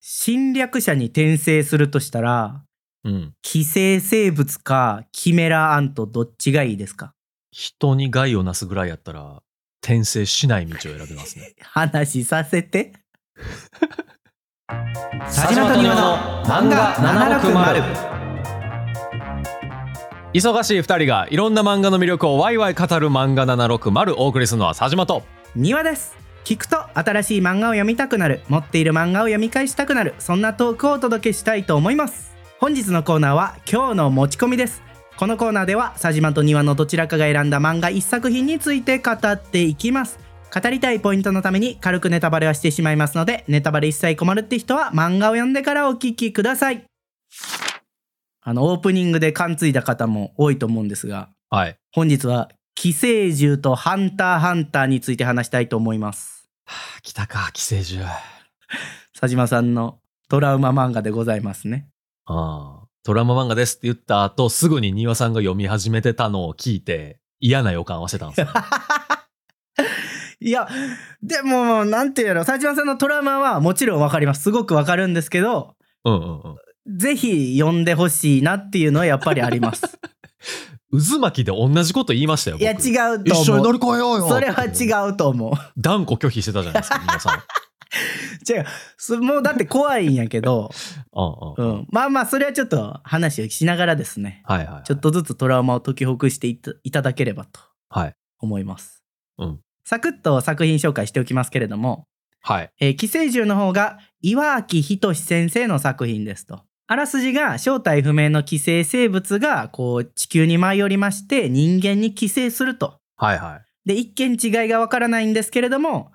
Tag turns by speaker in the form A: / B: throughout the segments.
A: 侵略者に転生するとしたら、
B: うん。
A: 寄生生物かキメラアントどっちがいいですか
B: 人に害をなすぐらいやったら、転生しない道を選びます ね。
A: 話させて。
B: 佐島と庭の漫画760忙しい二人がいろんな漫画の魅力をワイワイ語る漫画760お送りするのは佐島と。
A: 庭です聞くと新しい漫画を読みたくなる持っている漫画を読み返したくなるそんなトークをお届けしたいと思います本日のコーナーは今日の持ち込みですこのコーナーでは佐島と庭のどちらかが選んだ漫画一作品について語っていきます語りたいポイントのために軽くネタバレはしてしまいますのでネタバレ一切困るって人は漫画を読んでからお聞きくださいあのオープニングで感づいた方も多いと思うんですが
B: はい。
A: 本日は寄生獣とハンターハンターについて話したいと思います
B: はあ、来たか、寄生獣。
A: 佐島さんのトラウマ漫画でございますね
B: ああ。トラウマ漫画ですって言った後、すぐに庭さんが読み始めてたのを聞いて、嫌な予感はしてたんです よ。
A: いやでもなんていうやろ佐島さんのトラウマはもちろんわかりますすごくわかるんですけど
B: うんうんうん。
A: ぜひ読んでほしいなっていうのはやっぱりあります
B: 渦巻きで同じこと言いました よ。
A: いや
B: 僕
A: 違うと
B: 一緒に
A: 思
B: 乗
A: う
B: り越えようよ。
A: それは違うと思う
B: 断固拒否してたじゃないですか、皆さん。
A: 違うそもうだって怖いんやけど、
B: うん
A: う
B: うん。
A: ん、まあまあそれはちょっと話をしながらですね
B: はいはい。
A: ちょっ。とずつトラウマを解きほぐしていたいただければと
B: はい。
A: 思います、
B: うん
A: サクッと作品紹介しておきますけれども
B: はい。
A: えー寄生獣の方が岩脇仁先生の作品ですと。あらすじが正体不明の寄生生物がこう地球に舞い降りまして人間に寄生すると。
B: はいはい。
A: で一見違いがわからないんですけれども、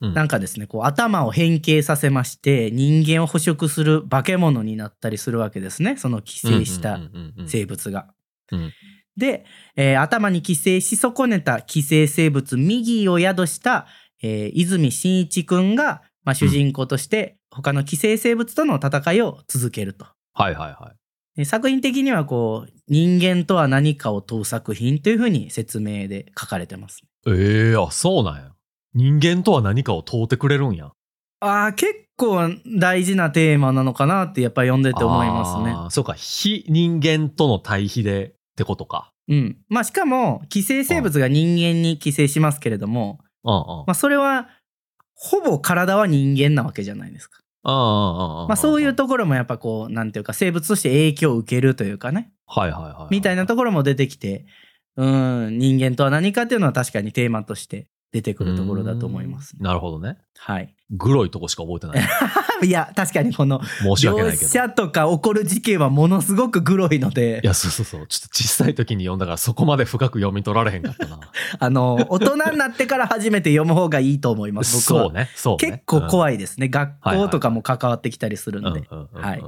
B: うん
A: なんかですねこう頭を変形させまして人間を捕食する化け物になったりするわけですねその寄生した
B: 生
A: 生物が。
B: うん
A: で、えー頭に寄生し損ねた寄生生物ミギーを宿した、えー泉真一くんが、まあ、主人公として他の寄生生物との戦いを続けると。
B: はいはいは
A: で作品的にはこう人間とは何かを問う作品というふうに説明で書かれてます。
B: い。ええ、あ、そうなんや。人間とは何かを問うてくれるんや。
A: あー結構大事なテーマなのかなってやっぱり読んでて思いますね。
B: あーそうか、非人間との対比でってことか。
A: うん。まあしかも寄生生物が人間に寄生しますけれども、
B: うんうん。
A: まあ、それはほぼ体は人間なわけじゃないですか。
B: うんうんうん。
A: まあ、そういう
B: と。
A: ところもやっぱこうなんていうか生物として影響を受けるというかね
B: はいはいはい。
A: みたいな
B: と
A: ところも出てきてうん人間とは何かっていうのは確かにテーマとして出てくるところだと思いますね、
B: なるほどね。
A: はい。
B: グロいとこしか覚えてない。
A: いや確かにこの
B: 申し訳な
A: 描
B: いけど。い
A: 写とか起こる事件はものすごくグロいので
B: や、そうそうそう。ちょっと小さい時に読んだからそこまで深く読み取られへんかった な。
A: あの大人になってから初めて読む方がいいと思います僕は
B: そうね。そうね。
A: 結構
B: い。
A: 怖いですね、学校とかも関わってきたりする
B: うんん
A: で、
B: うんうんうん
A: はい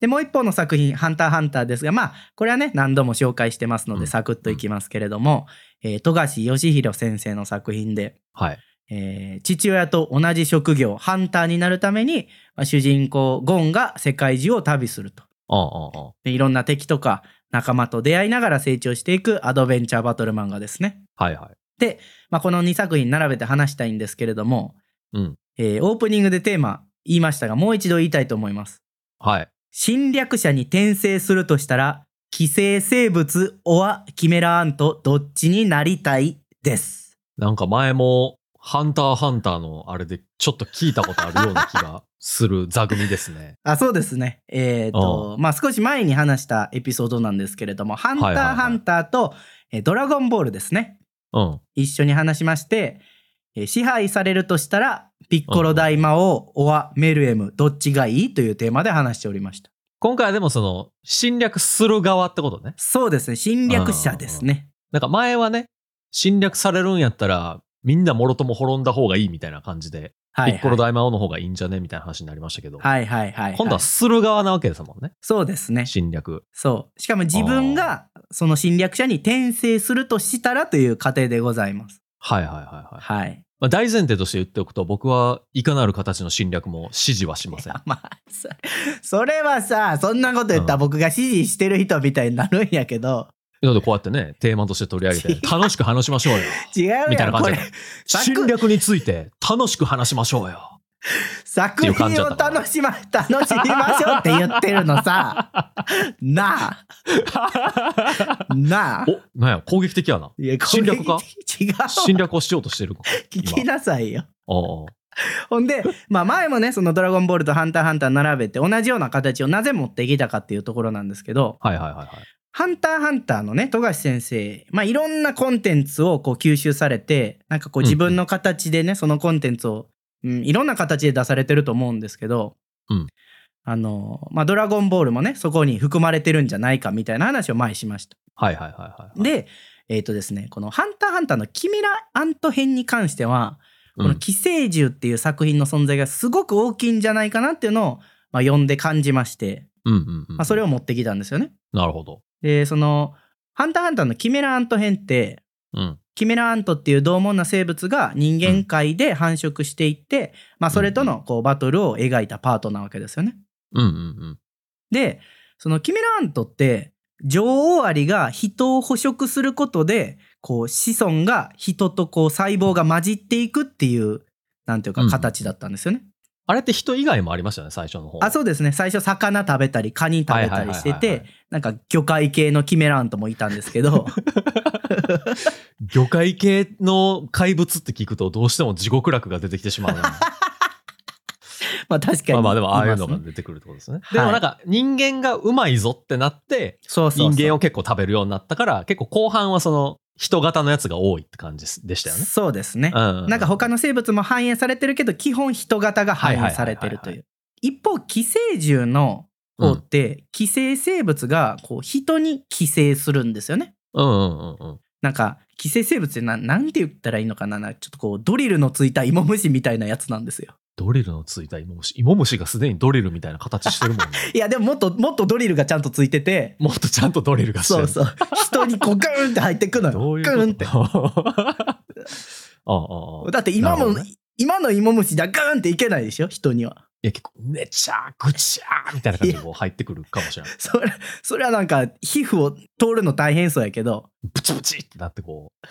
A: で、もう一方の作品、ハンターハンターですが、まあ、これはね、何度も紹介してますの
B: うん
A: で、サクッといきますけれども、えー富樫義弘先生の作品で、
B: はい。
A: えー父親と同じ職業、ハンターになるために、まあ主人公、ゴンが世界中を旅すると。
B: うんうんうん。
A: でいろんな敵とか仲間と出会いながら成長していくアドベンチャーバトル漫画ですね。
B: はいはい。
A: まあ、この2作品並べて話したいんですけれども、
B: うん
A: えーオープニングでテーマ言いましたが、もう一度言いたいと思います。
B: はい。
A: 侵略者に転生するとしたら寄生生物オアキメラアントどっちになりたいです
B: なんか前も、ハンターハンターのあれでちょっと聞いたことあるような気がする座組ですね。
A: あそうですねえっ、とまあ少し前に話したエピソードなんですけれども「ハンタ
B: はいはいは
A: ー
B: い
A: ハンター」と「えードラゴンボール」ですね
B: うん。
A: 一緒に話しまして、えー支配されるとしたらピッコロ大魔王オアメルエムどっちがいいというテーマで話しておりました
B: 今回はでもその、侵略する側ってことね。
A: そうですね侵略者ですね
B: なんか前はね、侵略されるんやったら、みんなもろとも滅んだ方がいいみたいな感じで、
A: はい
B: ピッコロ大魔王の方がいいんじゃねみたいな話になりましたけど、
A: はいはいはいはい
B: 今度はする側なわけですもんね。
A: そうですね
B: 侵略。
A: そう。しかも自分がその侵略者に転生するとしたらという過程でございます。
B: はいはいはいはい。
A: はい。
B: まあ、大前提として言っておくと、僕はいかなる形の侵略も支持はしません。
A: まあ、そそれはさ、そんなこと言ったら僕が支持してる人みたいになるんやけど、
B: なのでこうやってね、テーマとして取り上げ て、楽しく話しましょうよ。
A: 違う
B: みたい
A: や、
B: なん感
A: これ
B: じで。侵略について楽しく話しましょうよ。
A: 作品を楽しま、楽しみましょうって言ってるのさ。 なあ。なあ。
B: お、なんや、攻撃的や な。
A: いやこ
B: 侵
A: れ
B: 略か
A: 違う。
B: 侵略をしようとしてるか。
A: 聞きなさいよ。
B: ああ。
A: ほんで、まあ前もね、そのドラゴンボールとハンターハンター並べて同じような形をなぜ持ってきたかっていうところなんですけど、
B: はいはいはいはい。
A: ハンターハンターのね、富樫先生、まあいろんなコンテンツをこう吸収されて、なんかこう自分の形でね、そのコンテンツを、うん、いろんな形で出されてると思うんですけど、
B: うん
A: あの、まあドラゴンボールもね、そこに含まれてるんじゃないかみたいな話を前にしました。
B: はいはいはいはい。、
A: で、えっ、とですね、このハンターハンターのキミラアント編に関しては、こ
B: う
A: の「
B: ん、
A: 寄生獣」っていう作品の存在がすごく大きいんじゃないかなっていうのを、まあ、読んで感じまして、
B: うんうんうん。
A: まあ、それを。持ってきたんですよね。
B: なるほど。
A: でその「ハンターハンター」のキメラアント編って
B: うん。
A: キメラアントっていう獰猛な生物が人間界で繁殖していって、まあ、それとのこうバトルを描いたパートなわけですよね。
B: うんうん
A: でそのキメラアントって女王アリが人を捕食することでこう子孫が人とこう細胞が混じっていくっていうなんていうか形だったんですよね。
B: あれって人以外もありましたよね、最初の方。
A: あそうですね最初魚食べたりカニ食べたりして
B: はいはいはいはい
A: てなんか魚介系のキメラントもいたんですけ ど
B: 魚介系の怪物って聞くと、どうしても地獄楽が出てきてしま うな。
A: まあ確かに
B: まあまあ、でもああいうの
A: います
B: が
A: ね
B: 出てくるってことですね。
A: はい
B: でもなんか、人間がうまいぞってなって、
A: そうそう
B: 人
A: そう
B: 間を結構食べるようになったから、結構後半はその、人型のやつが多いって感じでしたよね。
A: そうですね
B: う、ん。
A: なんか他
B: の。
A: の生物も反映されてるけど基本人型が反映されてると
B: はいはいはいはいいう
A: 一方寄生獣の方って、寄生生物がこう人に寄生するんですよね
B: うんうんうんうん。
A: なんか寄生生物ってななんて言ったらいいのかななんかちょっとこうドリルのついた芋虫みたいなやつなんですよ
B: ドリルのついた芋虫。芋虫がすでにドリルみたいな形してるもん ね。
A: いやでももっともっとドリルがちゃんとついてて
B: もっとちゃんとドリルがして
A: そ
B: る。
A: うそう。人にこうグーンって入ってくのよ。
B: どういう
A: グーンっ
B: こと
A: て。
B: ああああ
A: だって今
B: なる
A: も、
B: ほどね
A: 今の芋虫じゃグーンっていけないでしょ人には。
B: いや結構ねちゃーぐちゃーみたいな感じでこう入ってくるかもしれ ない
A: それ、それはなんか皮膚を通るの大変そうやけど、
B: ブチブチってなってこう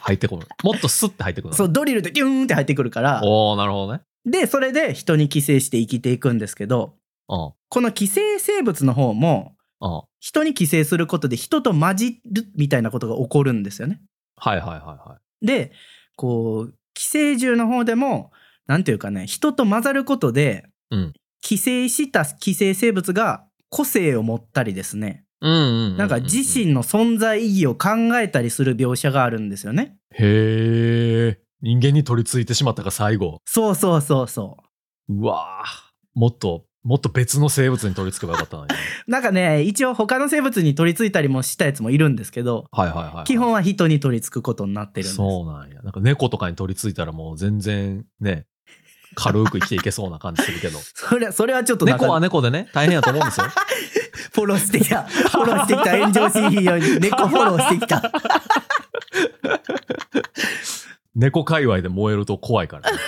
B: 入ってこる もっとスッて入ってくる
A: そうドリルでギューンって入ってくるから、
B: おおなるほどね
A: で、それで人に寄生して生きていくんですけど、
B: うん
A: この寄生生物の方も、
B: うん
A: 人に寄生することで人と混じるみたいなことが起こるんですよね。
B: はいはいはいは
A: で、こう、寄生獣の方でも、なんていうかね、人と混ざることで、
B: うん
A: 寄生した寄生生物が個性を持ったりですね、
B: いうんうんうう
A: なんか自身の存在意義を考えたりする描写があるんですよね。
B: へえ人間に取り付いてしまったか最後
A: そうそうそうそう
B: わーもっともっと別の生物に取り付けばよかったのに
A: う。なんかね、一応他の生物に取り付いたりもしたやつもいるんですけど、
B: はいはいはいはい
A: 基本は人に取り付くことになってるんです。
B: そうなんやなんか猫とかに取り付いたらもう全然ね軽く生きていけ そうな感じするけど
A: それそれはちょっとなん
B: 猫
A: か
B: は猫でね大変やと思うんです よ
A: フォローして きた。フォローしてきた。炎上しいように猫フォローしてきた。
B: 猫界隈で燃えると怖いからね、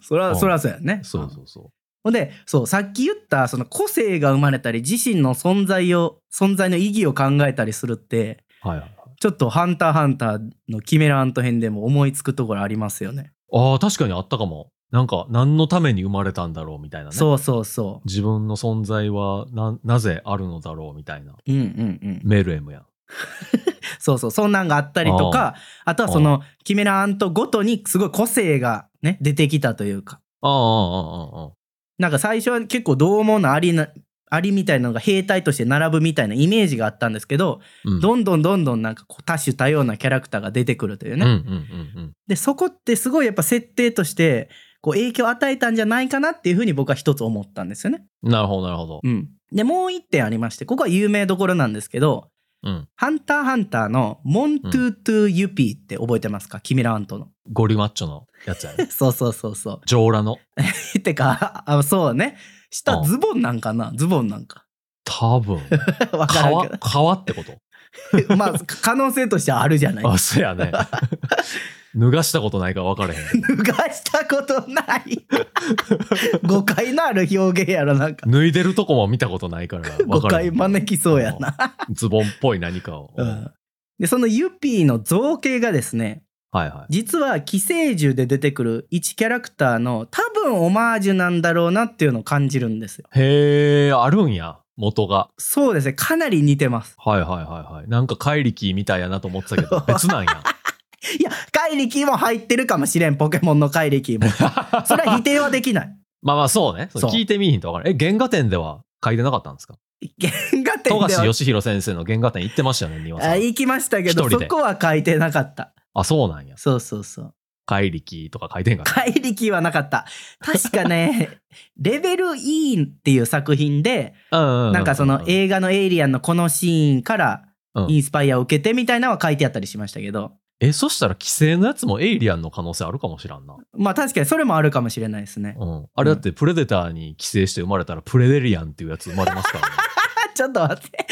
A: それは、それはそうやね。
B: そうそうそ
A: ほんで、そう、さっき言った、その個性が生まれたり、自身の存在を、存在の意義を考えたりするって、
B: うはいはい
A: ちょっとハンターハンターのキメラアント編でも思いつくところありますよね。
B: あー確かにあったかもなんか何のために生まれたんだろうみたいなね
A: そうそうそ
B: 自分の存在はななぜあるのだろうみたいな
A: う。うんうんうん。
B: メルエムやん
A: そうそう、そんなんがあったりとか、あとはその、キメラアントごとにすごい個性がね、出てきたというか。
B: あああああああ
A: なんか最初は結構獰猛なアリな、アリみたいなのが兵隊として並ぶみたいなイメージがあったんですけど、
B: うん
A: どんどんどんどんなんかこう多種多様なキャラクターが出てくるというね。
B: うんうんうんうん
A: でそこってすごいやっぱ設定としてこう影響を与えたんじゃないかなっていうふうに僕は一つ思ったんですよね。
B: なるほどなるほど
A: うん、でもう一点ありましてここは有名どころなんですけど
B: うん
A: 「ハンターハンター」の「モントゥートゥーユピー」って覚えてますかキミラアントの。
B: ゴリマッチョのやつや ね
A: そうそうそうそ
B: 上裸の
A: う。てかあそうね下
B: うん
A: ズボンなんかなズボンなんか。
B: 多分
A: わからん
B: 皮皮ってこと
A: けどまあ可能性としてはあるじゃない。
B: あそう やね脱がしたことないから分からへん
A: 脱がしたことない誤解のある表現やろなんか
B: 脱いでるとこも見たことないから
A: 誤
B: 分からへ
A: 解
B: ん
A: 招きそうやな。
B: ズボンっぽい何かを、
A: うんでそのユッピーの造形がですね
B: はいはい。
A: 実は寄生獣で出てくる1キャラクターの多分オマージュなんだろうなっていうのを感じるんですよ
B: へえ、あるんや、元が。
A: そうですねかなり似てます
B: はいはいはいはい。なんか怪力みたいやなと思ってたけ ど、別なんや。
A: いや怪力も入ってるかもしれんポケモンの怪力もそれは否定はできない
B: まあまあそうね。そう
A: そう
B: 聞いてみいひんとわからん。え、原画展では書いてなかったんですか
A: 原画展
B: 富
A: で
B: 樫
A: は
B: 義弘先生の原画展行ってましたよね、庭さ
A: あ
B: ん。
A: 行きましたけ
B: 一
A: ど
B: 人
A: そ
B: で
A: こは書いてなかった
B: あ、そうなんや。
A: そうそうそう
B: 怪力とか書いてんかな
A: 怪力はなかった確か ねレベル E っていう作品で
B: うんうん。
A: なんかその
B: え、
A: 映画のエイリアンのこのシーンから
B: うん
A: インスパイアを受けてみたいなのは書いてあったりしましたけど、
B: え、そしたら、規制のやつもエイリアンの可能性あるかもしらんな。
A: まあ確かにそれもあるかもしれないですね。
B: うん。あれだって、プレデターに寄生して生まれたら、プレデリアンっていうやつ生まれます からね。
A: あちょっと待って。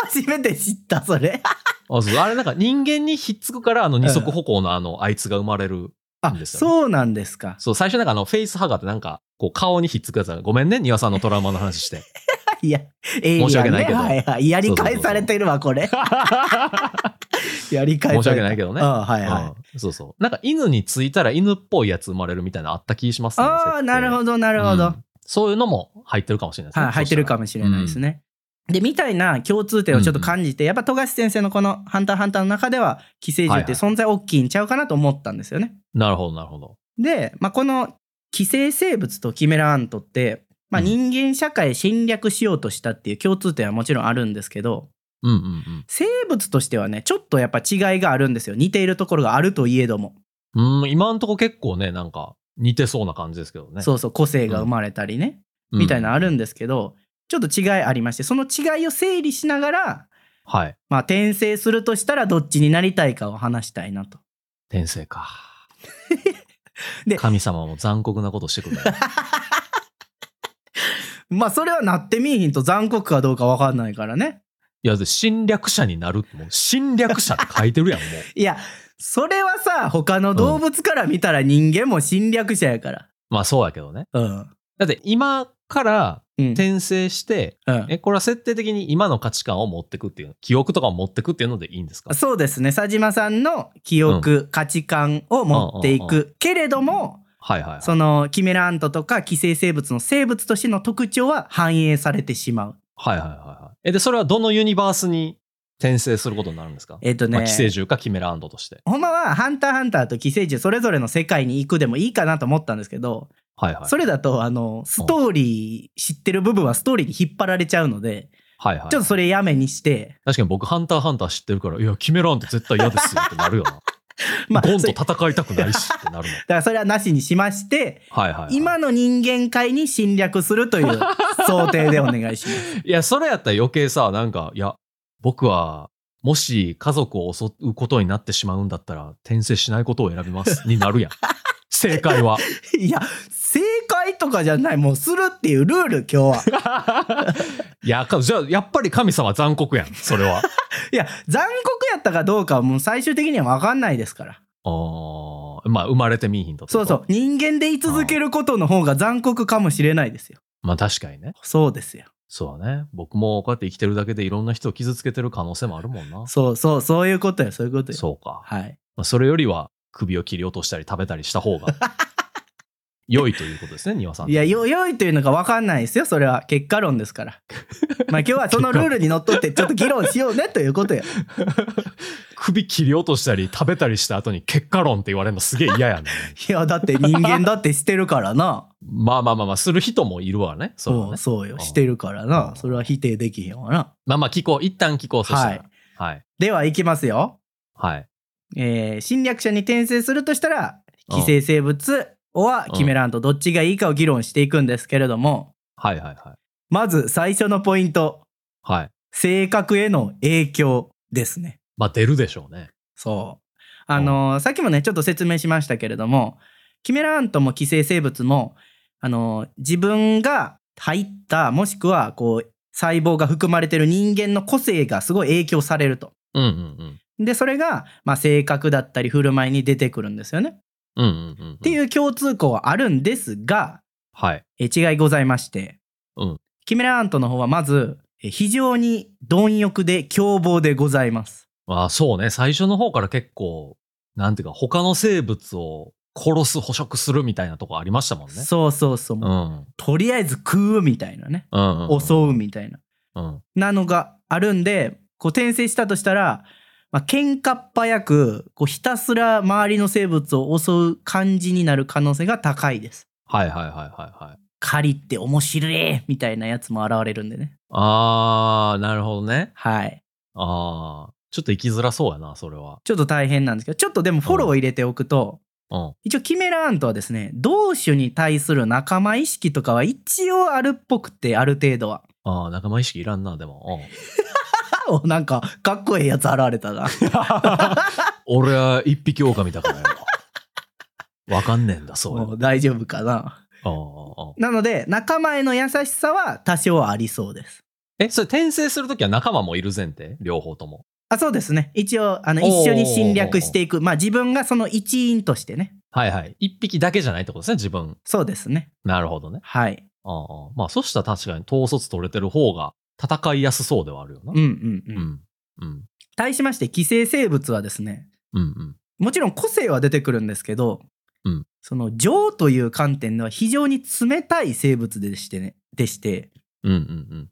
A: 初めて知った、それ。
B: あ、そう。あれなんか人間にひっつくから、あの二足歩行のあの、あいつが生まれる。
A: あ、
B: いいんですよね
A: そうなんですか。
B: そう、最初なんかあの、フェイスハガーってなんか、こう顔にひっつくやつだごめんね、庭さんのトラウマの話して。
A: いや、エイリアン、ね、
B: 申し訳ないけど
A: はいはい。やり返されてるわ、これ。 やり返され
B: 申し訳ないけどね
A: あはいはい。
B: うんそうそう。なんか犬についたら犬っぽいやつ生まれるみたいなのあった気しますね。設
A: ああ、
B: 定
A: なるほど、なるほど。
B: うんそういうのも入ってるかもしれないですね。
A: はい、入ってるか
B: も。
A: もしれないですね。で、みたいな共通点をちょっと感じて、やっぱ富樫先生のこの「ハンターハンター」の中では、寄生獣って
B: はい
A: 存在大きいんちゃうかなと思ったんですよね。
B: なるほど、なるほど。
A: で、まあ、この寄生生物とキメラアントって、まあ、
B: うん
A: 人間社会侵略しようとしたっていう共通点はもちろんあるんですけど
B: うんうんうん
A: 生物としてはねちょっとやっぱ違いがあるんですよ似ているところがあるといえども、。
B: うーん、今んとこ結構ね、なんか似てそうな感じですけどね。
A: そうそう個性が生まれたりね、
B: うん
A: みたいなのあるんですけどちょっと違いありましてその違いを整理しながら、
B: はい。
A: まあ、転生するとしたらどっちになりたいかを話したいなと。
B: 転生か。
A: で
B: 神様も残酷なことしてくるからね。
A: まあそれはなってみいひんと残酷かどうか分かんないからね。
B: いや、で侵略者になるってもう侵略者って書いてるやん、もう。
A: いや、それはさ、他の動物から見たら人間も侵略者やから。
B: まあそうやけどね。
A: うん。
B: だって今から
A: うん。
B: 転生して、
A: うん
B: え、これは設定的に今の価値観を持ってくっていう、記憶とかを持ってくっていうのでいいんですか
A: そうですね。佐島さんの記憶、価値観を持ってい
B: うんうん
A: く。けれども、
B: はいはい、はい。
A: そのキメラアントとか寄生生物の生物としての特徴は反映されてしまう。
B: はいはいはいはい。え、で、それはどのユニバースに転生することになるんですか
A: えっ、と
B: ま
A: ね
B: あ、、寄生獣かキメラアンドとして。
A: ほんまはハンターハンターと寄生獣それぞれの世界に行くでもいいかなと思ったんですけど、
B: はいはい。
A: それだとあの、ストーリー、知ってる部分はストーリーに引っ張られちゃうので、
B: はいはい。
A: ちょっとそれやめにして、
B: 確かに僕、ハンターハンター知ってるから、いや、キメラアンド絶対嫌ですよってなるよな。
A: まあ、
B: ゴン
A: それ
B: と
A: だ
B: 戦いたくないしってな るの。
A: からそれはなしにしまして、
B: はいはい、はい。
A: 今の人間界に侵略するという 想定でお願いします。
B: いや、それやったら余計さ、なんか、いや、僕は、もし家族を襲うことになってしまうんだったら、転生しないことを選 びます。になるやん。正解は。
A: いや、正解とかじゃない、もうするっていうルール、今日 は。
B: いや、かじゃあ、やっぱり神様残酷やん。それは。
A: いや、残酷やったかどうかはもう最終的には分かんないですから。
B: ああ、まあ、生まれてみいひんと。
A: そうそう。。人間で居続けることの方が残酷かもしれないですよ。
B: まあ、確かにね。
A: そうですよ。
B: そうだね。僕もこうやって生きてるだけでいろんな人を傷つけてる可能性もあるもんな。
A: そうそう、そういうことよ、そういうことよ。
B: そうか。
A: はい。
B: まあ、それよりは、首を切り落としたり食べたりした方 が、良いということですね、庭さん。
A: いや、よ、良いというのが分かんないですよ。それは結果論です から。まあ今日はそのルールにのっとってちょっと議論しようねということよ。
B: 首切り落としたり食べたりした後に結果論って言われるのすげえ嫌やね
A: いやだって人間だってしてるからな
B: まあまあまあまあする人もいるわねそ う
A: そうそ
B: ね
A: う
B: う
A: よ
B: ん
A: してるからなそれは否定できへんわな
B: まあまあ聞こう一旦聞こうそした
A: はい
B: らはい
A: ではいきますよ、
B: はい
A: えー侵略者に転生するとしたら寄生生物はキメランとどっちがいいかを議論していくんですけれども
B: はいはいはい
A: まず最初のポイント
B: はい
A: 性格への影響ですね
B: まあ出るでしょうね
A: そうあのーさっきもねちょっと説明しましたけれどもキメラアントも寄生生物もあのー自分が入ったもしくはこう細胞が含まれてる人間の個性がすごい影響されると。
B: うんうん
A: でそれが、まあ、性格だったり振る舞いに出てくるんですよね。っ
B: うんうんうんうんってう
A: いう共通項はあるんですが
B: はい
A: え違いございまして、
B: うん
A: キメラアントの方はまずえ非常に貪欲で凶暴でございます。
B: まあそうね最初の方から結構なんていうか、他の生物を殺す、捕食するみたいなとこありましたもんね。
A: そうそうそう、
B: う。
A: もうんとりあえず食うみたいなね、
B: うんうん、うん。
A: 襲うみたいな
B: うん。
A: なのがあるんでこう転生したとしたら、まあ喧嘩っ早くこうひたすら周りの生物を襲う感じになる可能性が高いです。
B: はいはいはいはいはい。
A: 狩りって面白いみたいなやつも現れるんでね。
B: あー、なるほどね。
A: はい。
B: あー。ちょっと生きづらそうやな、それは。
A: ちょっと大変なんですけど、ちょっとでもフォローを入れておくと、
B: うん。
A: 一応キメラアントはですね、同種に対する仲間意識とかは一応あるっぽくて、ある程度は。
B: あー、仲間意識いらんな、でも。うん。
A: あおなんか、かっこいいやつ現れたな。
B: 俺は一匹狼だからよ。 わかんねえんだ、 そうい
A: も
B: うの
A: う大丈夫かな。
B: あーあー。
A: なので、仲間への優しさは多少ありそうです。
B: え、それ転生するときは仲間もいる前提両方とも。
A: あそうですね。一応、あの、
B: おー
A: 一緒に侵略していく。まあ自分がその一員としてね。
B: はいはい。一匹だけじゃないってことですね、自分。
A: そうですね。
B: なるほどね。
A: はい。
B: ああああまあ、そしたら確かに統率取れてる方が戦いやすそうではあるよな。
A: うんうんう。
B: うんん。うん。
A: 対しまして、寄生生物はですね、
B: うん。うん。
A: もちろん個性は出てくるんですけど、
B: うん
A: その情という観点では非常に冷たい生物でしてねでして
B: うん。うん。うん。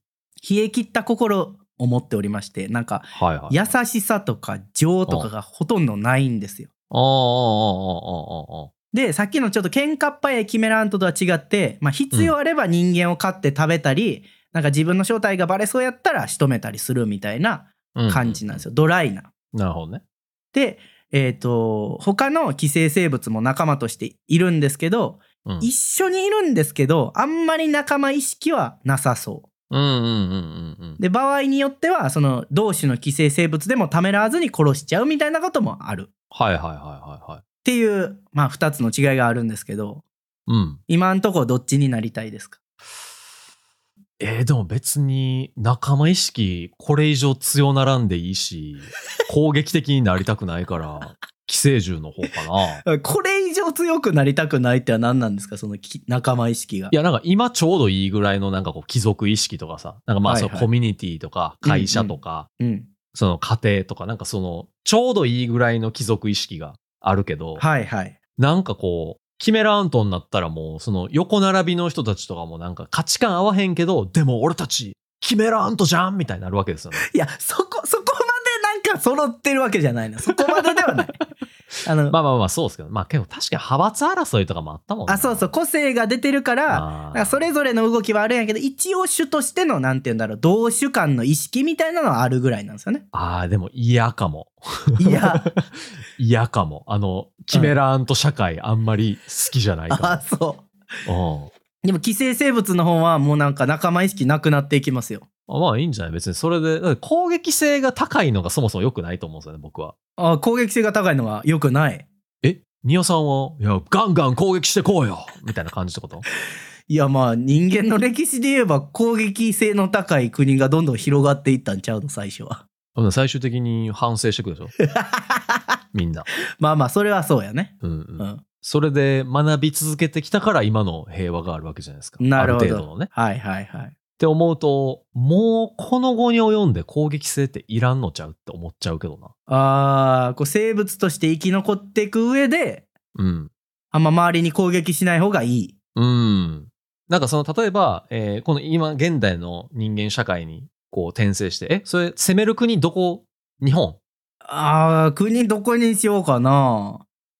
A: 冷え切った心を持っておりましてなんか
B: はいはい。
A: 優しさとか情とかがほとんどないんですよ。
B: ああ、ああ、ああ、ああ、ああ。
A: でさっきのちょっと喧嘩っ早いキメラアントとは違って、まあ、必要あれば人間を飼って食べたり、なんか自分の正体がバレそうやったら仕留めたりするみたいな
B: うん
A: 感じなんですよ、ドライな。
B: なるほどね。
A: で、えー、と他の寄生生物も仲間としているんですけど、
B: うん。
A: 一緒にいるんですけどあんまり仲間意識はなさそ
B: うんうんうんうんうん
A: う。で場合によってはその同種の寄生生物でもためらわずに殺しちゃうみたいなこともあるっ
B: はいはいはいはいはい。
A: ていうまあ2つの違いがあるんですけど
B: うん。
A: 今んとこどっちになりたいですか
B: えー、でも別に仲間意識これ以上強ならんでい いし、攻撃的になりたくないから、寄生獣の方か な。
A: これ以上強くなりたくないっては何なんですかそのき仲間意識が
B: いや、なんか今ちょうどいいぐらいのなんかこう貴族意識とかさ、なんかまあ
A: はい
B: そ
A: は
B: の
A: い
B: コミュニティとか会社とか、
A: うん
B: その家庭とか、なんかそのちょうどいいぐらいの貴族意識があるけど、
A: はいはい
B: なんかこう、キメラアントになったらもうその横並びの人たちとかもなんか価値観合わへんけど、でも俺たちキメラアントじゃんみたいになるわけですよね。
A: いやそこそこまでなんか揃ってるわけじゃないのそこまででは ないあの、
B: まあまあまあそうですけど、まあけど確かに派閥争いとかもあったもんね。
A: あそうそう個性が出てるから
B: あー
A: だからそれぞれの動きはあるんやけど一応種としてのなんて言うんだろう同種間の意識みたいなのはあるぐらいなんですよ ね。
B: あーでも嫌かも。
A: いや
B: 嫌かも。あの、キメラアント社会あんまり好きじゃない
A: あ
B: か
A: そ
B: も。
A: うでも寄生生物の方はもうなんか仲間意識なくなっていきますよ。
B: うん。まあいいんじゃない別にそれで、だって攻撃性が高いのがそもそも良くないと思うんですよね、僕は。
A: あ攻撃性が高いのは良くない。
B: えニオさんは、いや、ガンガン攻撃してこうよみたいな感じってこと
A: いやまあ人間の歴史で言えば攻撃性の高い国がどんどん広がっていったんちゃうの最初は。
B: うん最終的に反省してくるでしょみんな。
A: まあまあそれはそうやね。
B: うんう
A: うんん。
B: それで学び続けてきたから今の平和があるわけじゃないですか。
A: なるほど
B: ある程度のね。
A: はいはいはい。
B: って思うと、もうこの後に及んで攻撃性っていらんのちゃうって思っちゃうけどな。
A: あーこう生物として生き残っていく上で
B: うん。
A: あんま周りに攻撃しない方がいい。
B: うん。なんかその、例えば、えーこの今、現代の人間社会にこう転生して、え、それ攻める国どこ日本
A: ああ、国どこにしようかな。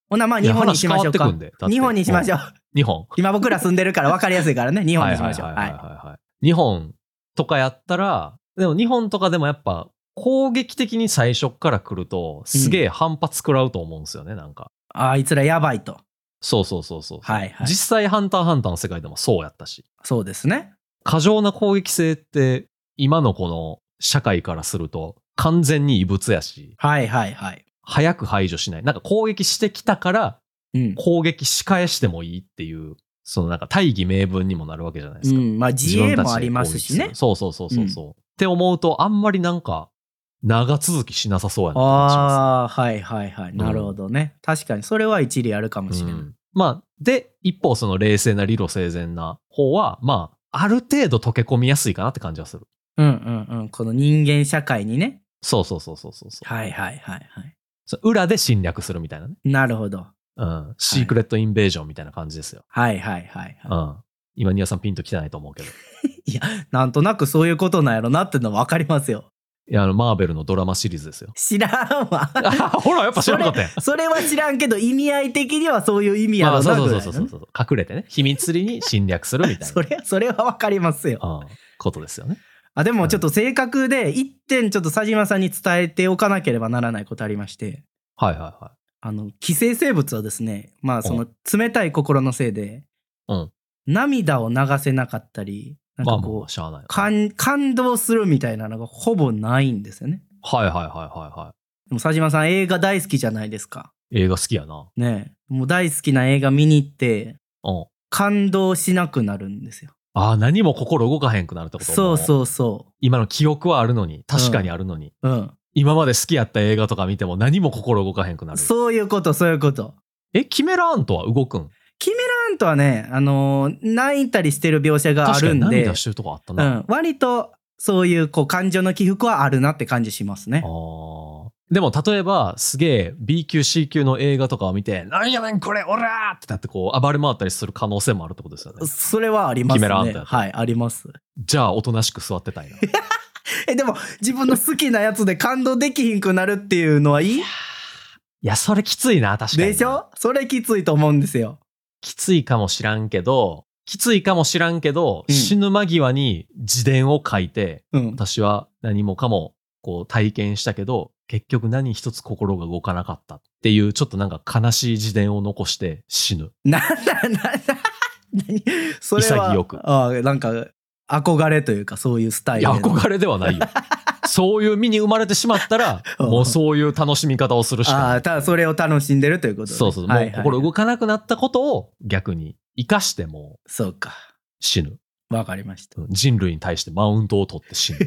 A: ほな、まあ
B: い
A: 日
B: や
A: 本にしましょう
B: 話変わ
A: か
B: ってくん。でだって
A: 日本にしましょう。
B: 日本。
A: 今僕ら住んでるから分かりやすいからね。日本にしましょう。
B: はいはいはい
A: は
B: はいはい。日本とかやったら、でも日本とかでもやっぱ攻撃的に最初っから来ると、すげえ反発食らうと思うんですよね、なんか。
A: い。あいつらやばいと。
B: そうそうそうそう。
A: はいはい
B: 実際、ハンターハンターの世界でもそうやったし。
A: そうですね。
B: 過剰な攻撃性って今のこの社会からすると完全に異物やし
A: はいはいはい。
B: 早く排除しないなんか攻撃してきたから
A: うん。
B: 攻撃し返してもいいっていうそのなんか大義名分にもなるわけじゃないで
A: う
B: すか、
A: ん、まあ自
B: 分
A: 衛
B: たちで
A: もありますし
B: 攻撃
A: ね
B: る。そうそうそうそうそう、って思うとあんまりなんか長続きしなさそうやなって感じします
A: ああ、はいはいはい。なるほどね。確かにそれは一理あるかもしれない。
B: うんまあで一方その冷静な理路整然な方はまあある程度溶け込みやすいかなって感じはする
A: うんうんうん。この人間社会にね。
B: そうそうそうそうそうそう
A: はいはいはいはい。
B: その裏で侵略するみたいなね。
A: なるほど。
B: うん。シークレットインベージョンみたいな感じですよ。
A: はいはいはい、はい
B: うん。今、ニアさんピンと来てないと思うけど。
A: なんとなくそういうことなんやろなってのは分かりますよ。。
B: いや、あの、マーベルのドラマシリーズですよ
A: 知らん わ。
B: あほら、やっぱ知らなかったやん。
A: それは知らんけど意味合い的にはそういう意味や
B: ま
A: ろ
B: あ
A: な
B: そ
A: ぐ
B: うそ
A: ら
B: う
A: い
B: そう
A: の
B: そうそう。隠れてね、秘密裏に侵略するみた い
A: それそれは分かりますよ。
B: な、うん、ことですよね。
A: あでもちょっと正確で一点ちょっと佐島さんに伝えておかなければならないことありまして
B: はいは
A: あの寄生生物はですねまあその冷たい心のせいで、
B: うん
A: 涙を流せなかったり
B: い
A: な
B: はい。
A: ん
B: まあ
A: か
B: も
A: こ
B: う、しゃあないよ
A: う。感感動するみたいなのがほぼないんですよね。
B: はいはいはいはいは
A: でも佐島さん映画大好きじゃないですか。
B: い。映画好きやな。
A: ねえもう大好きな映画見に行って
B: うん。
A: 感動しなくなるんですよ。
B: ああ、何も心動かへんくなるってこと
A: そう
B: う。
A: そうそ
B: 今の記憶はあるのに、確かにあるのに、
A: う。うん。
B: 今まで好きやった映画とか見ても何も心動かへんくなる。
A: そういうこと、そういうこと。
B: え、キメラアントは動くん
A: なんとはね、あのー泣いたりしてる描写があ
B: 確か
A: る
B: に
A: んで
B: 涙、してるとこあった
A: う
B: な。
A: ん、割とそういうこう感情の起伏はあるなって感じしますね
B: あ。ーでも例えばすげえ B 級 C 級の映画とかを見て「なんやねんこれオラー!」ってなってこう暴れ回ったりする可能性もあるってことですよね
A: それはあります
B: キメラアン
A: ね。
B: ダーと
A: はい、あります。
B: じゃあおとなしく座って たいな
A: え、でも自分の好きなやつで感動できひんくなるっていうのはいい
B: いやそれきついな確かにな
A: でしょそれきついと思うんですよ。
B: きついかもしらんけどきついかもしらんけど、
A: うん
B: 死ぬ間際に自伝を書いて
A: うん。
B: 私は何もかもこう体験したけど結局何一つ心が動かなかったっていうちょっとなんか悲しい自伝を残して死ぬ
A: なんだ、なんだ、何それは。
B: 潔く
A: ああ、なんか、憧れというか、そういうスタイ
B: い
A: ル
B: や、
A: の。
B: 憧れでは ないよ。そういう身に生まれてしまったら、
A: うん
B: もうそういう楽しみ方をするし
A: あ
B: か
A: あ、ただそれを楽しんでるということね
B: そうそう。も
A: はいうはい
B: 心動かなくなったことを逆に生かしてもう
A: そうか。
B: 死ぬ。
A: わかりました。
B: 人類に対してマウントを取って死ぬ。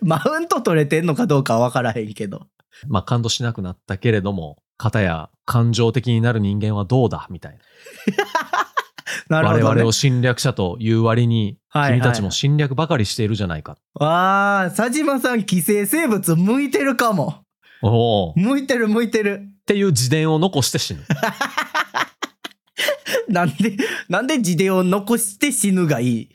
A: マウント取れてんのかどうかはわからへんけど。
B: まあ感動しなくなったけれども、片や感情的になる人間はどうだみたいな。
A: なるほど、
B: 我
A: ね。
B: 々を侵略者という割に、
A: はいはい
B: 君たちも侵略ばかりしているじゃないか。
A: ああ、佐島さん、寄生生物向いてるかも。
B: おーっ
A: 向いてる向いてる。
B: ていう自伝を残して死ぬ。
A: なんで、なんで自伝を残して死ぬがいい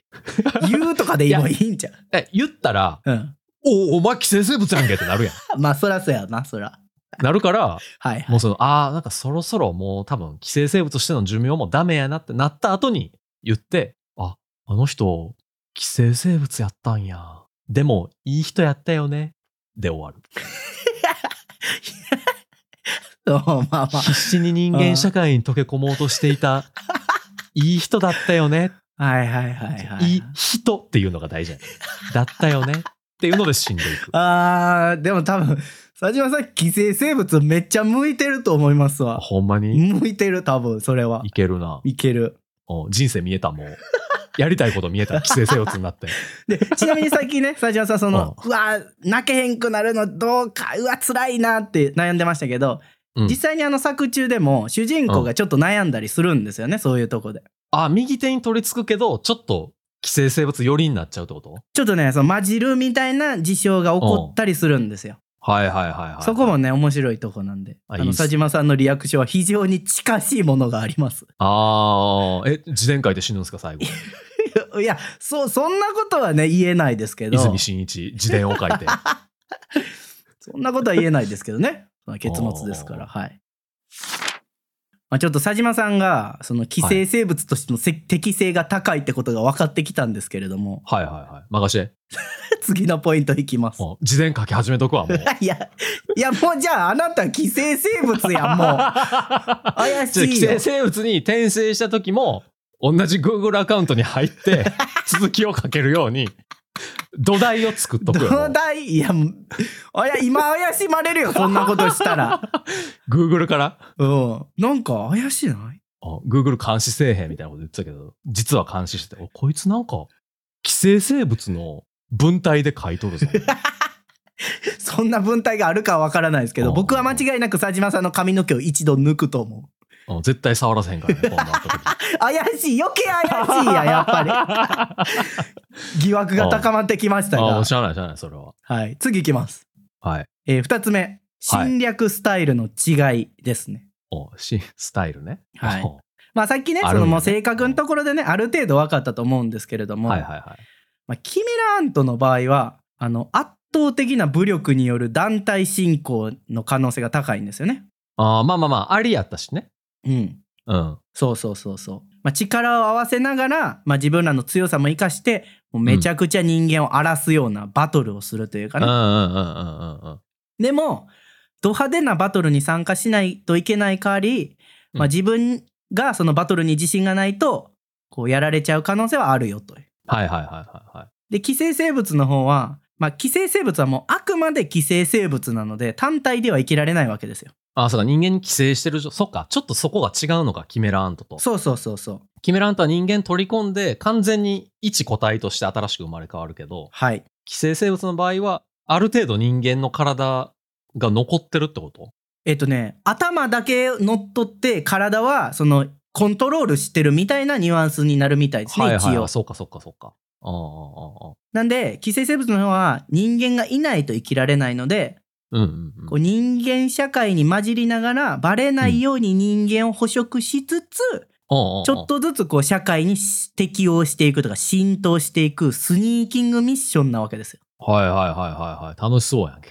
A: 言うとかで今いいんじゃん。
B: え、言ったら、
A: うん。
B: おお、お前寄生生物やんけってなるやん。
A: まあ、そらそやな、そら。
B: なるから、
A: はいはい。
B: もうその、ああ、なんかそろそろもう多分、寄生生物としての寿命もダメやなってなった後に言って、あ、あの人、寄生生物やったんや。でも、いい人やったよね。で終わる。
A: うんまあま
B: 必死に人間社会に溶け込もうとして いた、いい人だったよね。
A: あ。はいはいはいはい。
B: いい人っていうのが大事やねだったよね。っていうので死んでい く。
A: あー、でも多分、佐島さん、寄生生物めっちゃ向いてると思いますわ。
B: ほんまに。
A: 向いてる、多分、それはい
B: けるな。
A: いける。
B: お人生見えたもう。やりたいこと見 えた。寄生生物になって。
A: で、ちなみにさっきね、 佐島さん、その、うわー、泣けへんくなるのどうか、うわ、辛いなって悩んでましたけど、
B: うん
A: 実際にあの作中でも、主人公がちょっと悩んだりするんですよね、そういうとこで。
B: あ、右手に取り付くけど、ちょっと寄生生物寄りになっちゃうってこと
A: ちょっとね、その混じるみたいな事象が起こったりするんですよ。
B: はいはいはいはい。
A: そこも。ね、面白いとこなんで、
B: あ
A: あ
B: いい
A: の
B: っす
A: 佐島さんのリアクションは非常に近しいものがあります。
B: ああ、え、自伝会で死ぬんですか、最後。
A: いや、そう、そんなことはね、言えないですけど、
B: 泉真一、自伝 を書いて。
A: そんなことは言えないですけど ね。まあ結末ですから、
B: おー
A: はい。まあ、ちょっと佐島さんが、その寄生生物としてのせ適性が高いってことが分かってきたんですけれども、
B: はいはいはい。任して。
A: 次のポイントいきます。
B: もう自伝書き始めとくわ、もう。
A: いや、いや、もうじゃああなた寄生生物やん、も う。怪
B: ちょっと寄
A: しいよ
B: 生。生物に転生した時も、同じ Google アカウントに 入って、続きを書けるように、土台を作っとくよ。も
A: ど
B: う
A: うだいいや、もうあや、今怪しまれるよ、そんなことした ら。
B: Google から。
A: うん。なんか怪しない
B: あ Google 監視せえへんみたいなこと言ってたけど、実は監視してて、おこいつなんか、寄生生物の文体で書いと るぞ。
A: そんな文体があるかは分からないですけど、
B: うん
A: 僕は間違いなく佐島さんの髪の毛を一度抜くと思う。
B: あ絶対触らせへんからね、こんなった時。
A: 怪しい、余計怪しいや、 やっ ぱ
B: ぱり。
A: り。疑惑が高まってきました
B: あ
A: が
B: あ、知。らない、知らない、それは。
A: はい、次いきます。
B: はい。
A: えー、2つ目。侵略スタイルの違いですね。
B: おしスタイルね。
A: はい
B: お
A: まあさっきね、
B: ある
A: そ
B: ん
A: のもう
B: やね
A: 性格のところでね、ある程度分かったと思うんですけれども、
B: はいはいはい。
A: まあ、キメラアントの場合は、あの、圧倒的な武力による団体侵攻の可能性が高いんですよね。
B: あーまあまあまあ、ありやったしね。
A: うん。
B: うん。
A: そうそうそうそう。まあ、力を合わせながら、まあ、自分らの強さも生かして、もうめちゃくちゃ人間を荒らすようなバトルをするというか
B: うんうん
A: ね。
B: うんうんうんうん。
A: でも、ド派手なバトルに参加しないといけない代わり、まあ、
B: うん
A: 自分がそのバトルに自信がないと、こうやられちゃう可能性はあるよという。
B: はいはいはいはいはい。
A: で、寄生生物の方は、まあ、寄生生物はもうあくまで寄生生物なので、単体では生きられないわけですよ。
B: あーそうか、人間に寄生してるぞ。そっか、ちょっとそこが違うのか、キメラアントと。
A: そうそうそうそう。
B: キメラアントは人間取り込んで、完全に一個体として新しく生まれ変わるけど、
A: はい。
B: 寄生生物の場合は、ある程度人間の体が残ってるってこと
A: えっとね、頭だけ乗っ取って、体はそのコントロールしてるみたいなニュアンスになるみたいですね、
B: はいはい
A: 一
B: は
A: 応
B: い。。そうかそうかそうか。あーあーあーあー
A: なんで、寄生生物の方は人間がいないと生きられないので、
B: うんうんうん
A: こう人間社会に混じりながら、バレないように人間を捕食しつつ、
B: ち
A: ちょっとずつこう社会に適応していくとか浸透していくスニーキングミッションなわけですよ。
B: はいはいはいはいはい。楽しそう やんけ。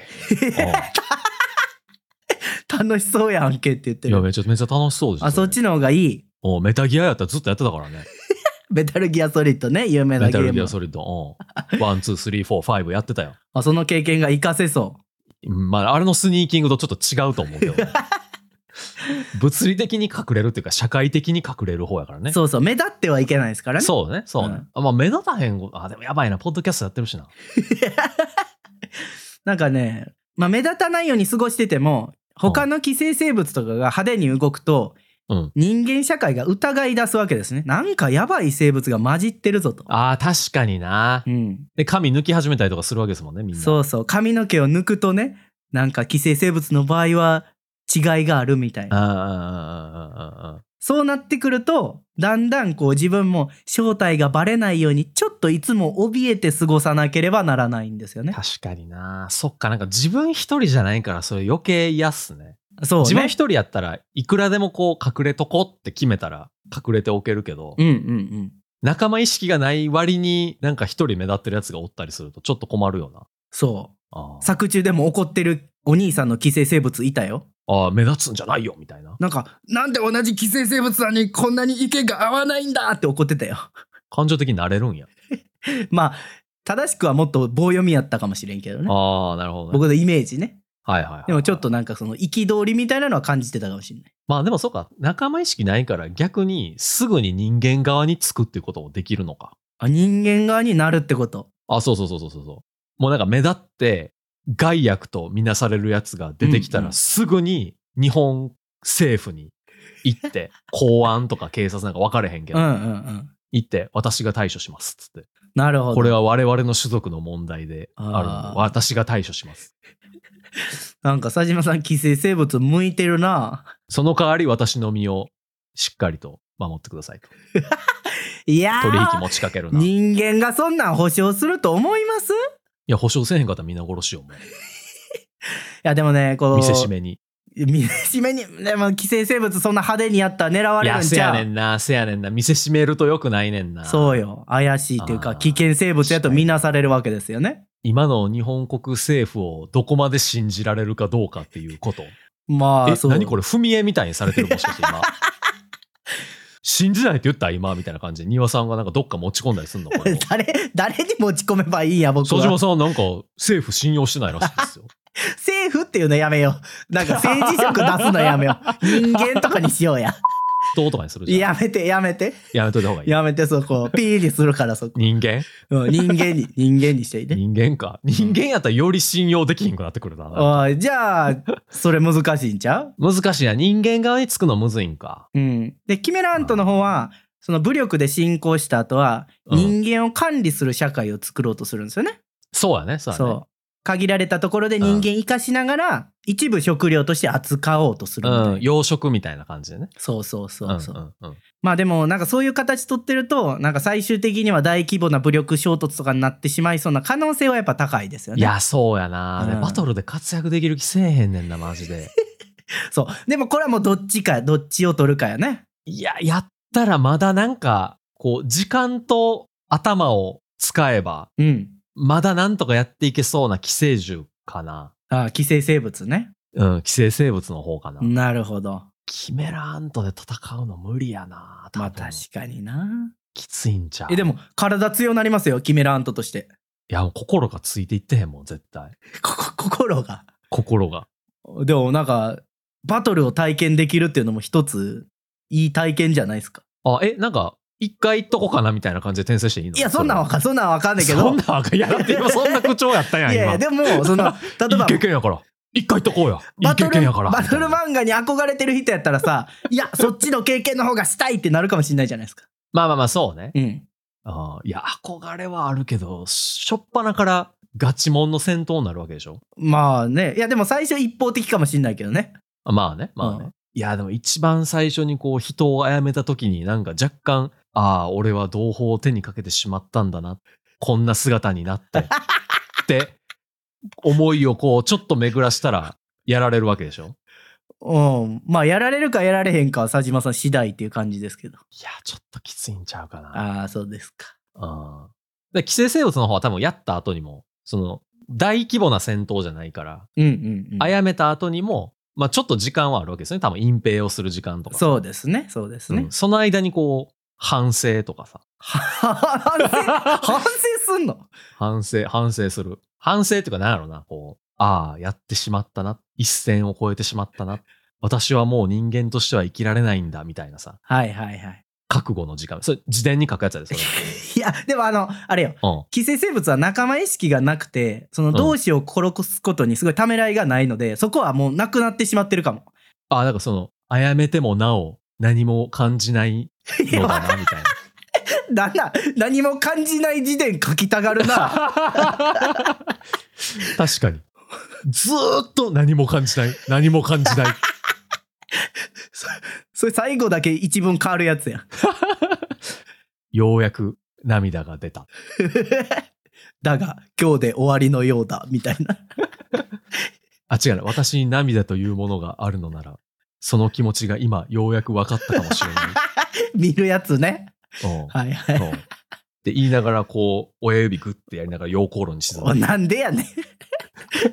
A: 楽しそうやんけって言って
B: いや、
A: る。
B: めちゃめちゃ楽しそうです
A: あ、そっ。ちの方がいい。
B: おうメタギアやったらずっとやってたからね。
A: メタルギアソリッドね、有名な
B: メ
A: ゲ
B: タル
A: ー
B: ギア
A: ム。
B: ソリッド。おうワン、ツー、スリー、フォー、ファイブやってたよ。
A: あ、その経験が活かせそう。
B: うんまあ、あれのスニーキングとちょっと違うと思うけど ね。物理的に隠れるっていうか、社会的に隠れる方やからね。
A: そうそう、目立ってはいけないですからね。
B: そうね、そうね。
A: うん
B: あまあ、目立たへんご。あ、でもやばいな、ポッドキャストやってるしな。
A: なんかね、まあ目立たないように過ごしてても、他の寄生生物とかが派手に動くと、
B: うん
A: 人間社会が疑い出すわけですね。なんかやばい生物が混じってるぞと。
B: ああ、確かにな
A: う。ん。
B: で、髪抜き始めたりとかするわけですもんね、みんな。
A: そうそう髪の毛を抜くとねなんか寄生生物の場合は違いがあるみたい
B: あ
A: な
B: あああああああああ
A: そうなってくるとだんだんこう自分も正体がバレないようにちょっといつも怯えて過ごさなければならないんですよね。
B: 確かになそっか、なんか自分一人じゃないから、それ余計嫌っすね。
A: そうね
B: 自分一人やったらいくらでもこう隠れとこって決めたら隠れておけるけど、
A: うんうんうん
B: 仲間意識がない割になんか一人目立ってるやつがおったりするとちょっと困るよな。
A: そ
B: あ
A: う
B: ー
A: 作中でも怒ってるお兄さんの寄生生物いたよ。
B: あー目立つんじゃないよみたいな
A: なんかなんで同じ寄生生物なのにこんなに意見が合わないんだって怒ってたよ。
B: 感情的になれるんや。
A: まあ正しくはもっと棒読みやったかもしれんけどね
B: ああなるほど、ね。
A: 僕のイメージね。
B: はいはいはい、
A: でもちょっとなんかその憤りみたいなのは感じてたかもしれない。
B: まあでもそうか仲間意識ないから逆にすぐに人間側につくっていうこともできるのか。
A: あ人間側になるってこと。
B: あそうそうそうそうそうそう。もうなんか目立って害悪とみなされるやつが出てきた
A: うんうん
B: らすぐに日本政府に行って、公安とか警察なんか分かれへんけ
A: う
B: ど、
A: んうんうん。
B: 行って私が対処しますっつって。
A: なるほど。
B: これは我々の種族の問題である
A: あー
B: 私が対処します。
A: なんか佐島さん寄生生物向いてるな。
B: その代わり私の身をしっかりと守ってくださいと。
A: いや
B: 取引
A: ー。
B: 持ちかけるな。い
A: 人間がそんなん保証すると思いますい
B: や、保証せえへんかったら皆殺しよ、も
A: やでもね、こ
B: う。
A: う。
B: 見せし。めに。
A: 見せしめに、でも寄生生物そんな派手にやったら狙わ
B: い
A: れる
B: や、
A: ん
B: せ
A: ち
B: や
A: ゃ
B: ね
A: うん
B: な、せやねんな。見せしめると良くないねんな。
A: そうよ。怪しいという
B: あ
A: か、
B: ー
A: 危険生物やと見なされるわけですよね。
B: 今の日本国政府をどこまで信じられるかどうかっていうこと。
A: まあ、
B: え、
A: そう。
B: 何これ踏み絵みたいにされてるもしかして今。信じないって言った今みたいな感じで、庭さんがなんかどっか持ち込んだりすん のこれを。
A: 誰、誰に持ち込めばいいんや、僕
B: 佐島
A: は。
B: さんなんか政府信用してないらしいですよ。
A: 政府っていうのやめよう。なんか政治色出すのやめよう。人間とかにしようや。
B: どうとかにするじゃん。
A: やめて、やめて。
B: やめといた方がいい。
A: やめて、そこ。ピーにするから、そこ。
B: 人間
A: うん人間に、人間にしていいね。
B: 人間か。人間やったらより信用できひんくなってくるな。
A: おいじゃあ、それ難しいんちゃう
B: 難しいな。人間側につくのむずいんか。
A: うん。で、キメラアントの方は、その武力で侵攻した後は、
B: うん
A: 人間を管理する社会を作ろうとするんですよね。
B: そうやね、そうやね。
A: そう。限られたところで人間生かしながら、一部食料として扱おうとするみたいな
B: うん、養殖みたいな感じでね。
A: そうそうそうそう、
B: んうんうん
A: まあでもなんかそういう形取ってるとなんか最終的には大規模な武力衝突とかになってしまいそうな可能性はやっぱ高いですよ
B: い
A: ね。
B: や、そうやな、で
A: うん
B: バトルで活躍できる気せえへんねんな、マジで。
A: そうでもこれはもうどっちかどっちを取るかやね。
B: いや、やったらまだなんか、こう、時間と頭を使えば、
A: うん。
B: まだなんとかやっていけそうな寄生獣かな。
A: ああ寄生生物ね。
B: うん、寄生生物の方かな。
A: なるほど。
B: キメラアントで戦うの無理やな。多
A: ま
B: 分
A: あ確かにな。
B: きついんちゃう。
A: えで
B: も、
A: も体強なりますよキメラアントとして。
B: いや、もう心がついていってへんもん、絶対。
A: ここ心が。
B: 心が。
A: でもなんかバトルを体験できるっていうのも一ついい体験じゃないですか。
B: あ、え、なんか、一回行っとこうかなみたいな感じで転生していいの
A: いやそんなんわかんそんなんわかんないけ
B: そ
A: ど
B: ん。なんわかんいや、だって今そんな口調やった
A: い
B: やん、
A: やい
B: 今。
A: やでもその例えば
B: いい経験やから。一回行っとこうや。い
A: バ
B: い経
A: トル
B: 験やから。
A: バトル
B: みたいな
A: 漫画に憧れてる人やったら さ、いや、そっちの経験の方がしたいってなるかもしれないじゃないですか。
B: まあまあまあ、そうね。
A: うん。
B: あーいや、憧れはあるけど、しょっぱなからガチモンの戦闘になるわけでしょ。
A: まあね。いや、でも最初一方的かもしれないけどね。
B: あまあね、まあね。
A: うん
B: いや、でも一番最初にこう人を殺めた時になんか若干、ああ、俺は同胞を手にかけてしまったんだな。こんな姿にな って。って、思いをこう、ちょっと巡らしたら、やられるわけでしょ。い
A: うん。まあ、やられるかやられへんかは佐島さん次第っていう感じですけど。
B: や、ちょっときついんちゃうかな。
A: ああ、そうですか。
B: うん。で、寄生生物の方は多分やった後にも、その、大規模な戦闘じゃないから、
A: うんうん、うん。
B: あやめた後にも、まあちょっと時間はあるわけですね。多分隠蔽をする時間とか。
A: そうですね。そうですね。
B: うんその間にこう、反省とか さ。
A: 反省、 反省すんの
B: 反省、反省する。反省っていうか何やろな、こう、ああ、やってしまったな。一線を越えてしまったな。私はもう人間としては生きられないんだ、みたいなさ。
A: はいはいはい。
B: 覚悟の時間。それ、自伝に書くやつやで、それ。
A: いや、でもあの、あれよ。
B: うん。
A: 寄生生物は仲間意識がなくて、その同志を殺すことにすごいためらいがないので、そこはもうなくなってしまってるかも。
B: ああ、なんかその、あやめてもなお何も感じない
A: いや
B: のだな、みたいな。
A: なんだ何も感じない時点書きたがる な。
B: 確かに。ずーっと何も感じない。何も感じない。
A: それ最後だけ一文変わるやつやん。
B: ようやく涙が出た。
A: だが、今日で終わりのようだ、みたいな。
B: あ、違うな。私に涙というものがあるのなら、その気持ちが今、ようやく分かったかもしれ
A: 見るやつね。
B: な
A: は
B: い。
A: いは
B: うん。うん。って言いながら、こう、親指グッてやりながら、陽光炉に沈 む
A: い。。なんでやね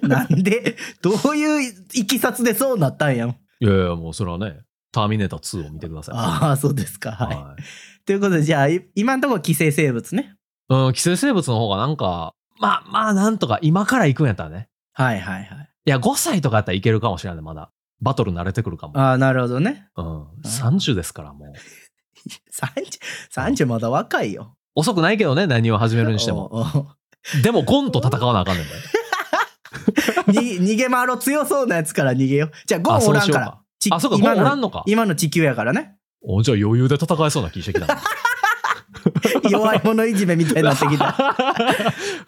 A: ん。 なんで、どういういきさつでそうなったんやん。
B: いやいや、もうそれはね、ターミネーター2を見てください。
A: ああ、そうですか。はい。ということで、じゃあ、い今のところ寄生生物ね。
B: うん、寄生生物の方がなんか、まあまあ、なんとか、今から行くんやったらね。
A: はいはいはい。
B: いや、5歳とかやったらいけるかもしれないね、まだ。バトル慣れてくるかも。
A: ああ、なるほどね。
B: うん。30ですから、もう。
A: 30、30まだ若いよ。
B: 遅くないけどね、何を始めるにしても。
A: おうおう
B: でも、ゴンと戦わなあかんねんね。
A: に逃げ回ろう強そうなやつから逃げよう。じゃあ、ゴ
B: あ、
A: ン
B: そ
A: お
B: う
A: らん
B: しよう
A: から
B: か。。
A: ち
B: あ、そうか、ゴ
A: 今
B: ンおら
A: の
B: んのか。
A: 今の地球やからね。
B: おじゃあ余裕で戦えそうな気してきたな。
A: 弱い者いじめみたいになってき た。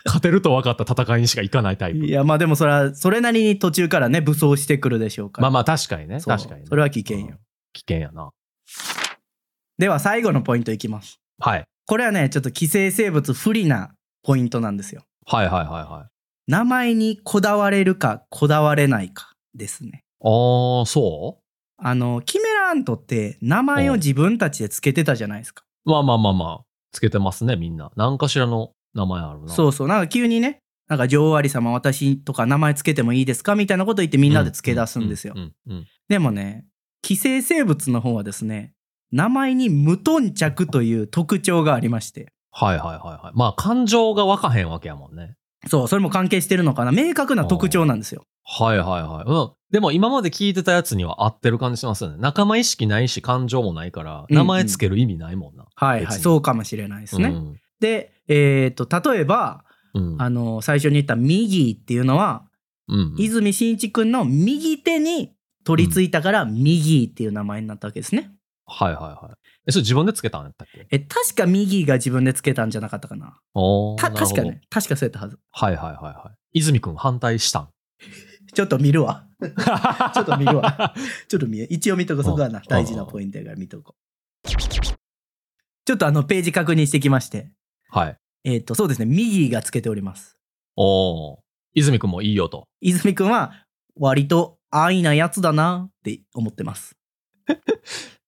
B: 勝てると分かった戦いにしか行かないタイプ。
A: いや、まあでもそれは、それなりに途中からね、武装してくるでしょうから。
B: まあまあ確かにね。
A: そう
B: 確かにね、
A: それは危険よ。
B: 危険やな。
A: では、最後のポイントいきます。
B: はい。
A: これはね、ちょっと寄生生物不利なポイントなんですよ。
B: はいはいはいはい。
A: 名前にこだわれるか、こだわれないかですね。
B: ああ、そ
A: あの、キメラアントって名前を自分たちでつけてたじゃないですか。
B: うまあまあまあまあ。つけてますね、みんな。何かしらの名前あるな。う。
A: そうそう。なんか急にね、なんか女王アリ様私とか名前つけてもいいですかみたいなこと言ってみんなでつけ出すんですよ
B: う。んうんうん
A: でもね、寄生生物の方はですね、名前に無頓着という特徴がありまして。
B: はいはいはいはい。まあ感情が分かへんわけやもんね。
A: そう、それも関係してるのかな。明確な特徴なんですよ。
B: はいはいはい。うん。でも今まで聞いてたやつには合ってる感じしますよね。仲間意識ないし感情もないから、
A: うん
B: 名前つける意味ないもんな。
A: はい
B: 別
A: はい。
B: に
A: そうかもしれないですね。
B: うん
A: で、えっ、と、例えば、
B: うん。
A: あの、最初に言った右っていうのは、
B: うん
A: 泉真一くんの右手に取り付いたから、右っていう名前になったわけですね。
B: はいはいはい。え、それ自分でつけたんやったっけ
A: え、確か右が自分でつけたんじゃなかったかな。
B: おー
A: た、
B: なる
A: 確
B: ほ
A: か
B: ど
A: ね。確かそうやったはず。
B: はいはいはいはい。泉くん反対したん。
A: ちょっと見るわ。 ちょっと見るわ。ちょっと見え一応見とこう、そこはな
B: う。ん
A: 大事なポイントやから見とこう。ちょっとあの、ページ確認してきまして。
B: はい。
A: えっ、と、そうですね。右がつけております。
B: おー泉くんもいいよと。
A: 泉くんは、割と安易なやつだなって思ってます。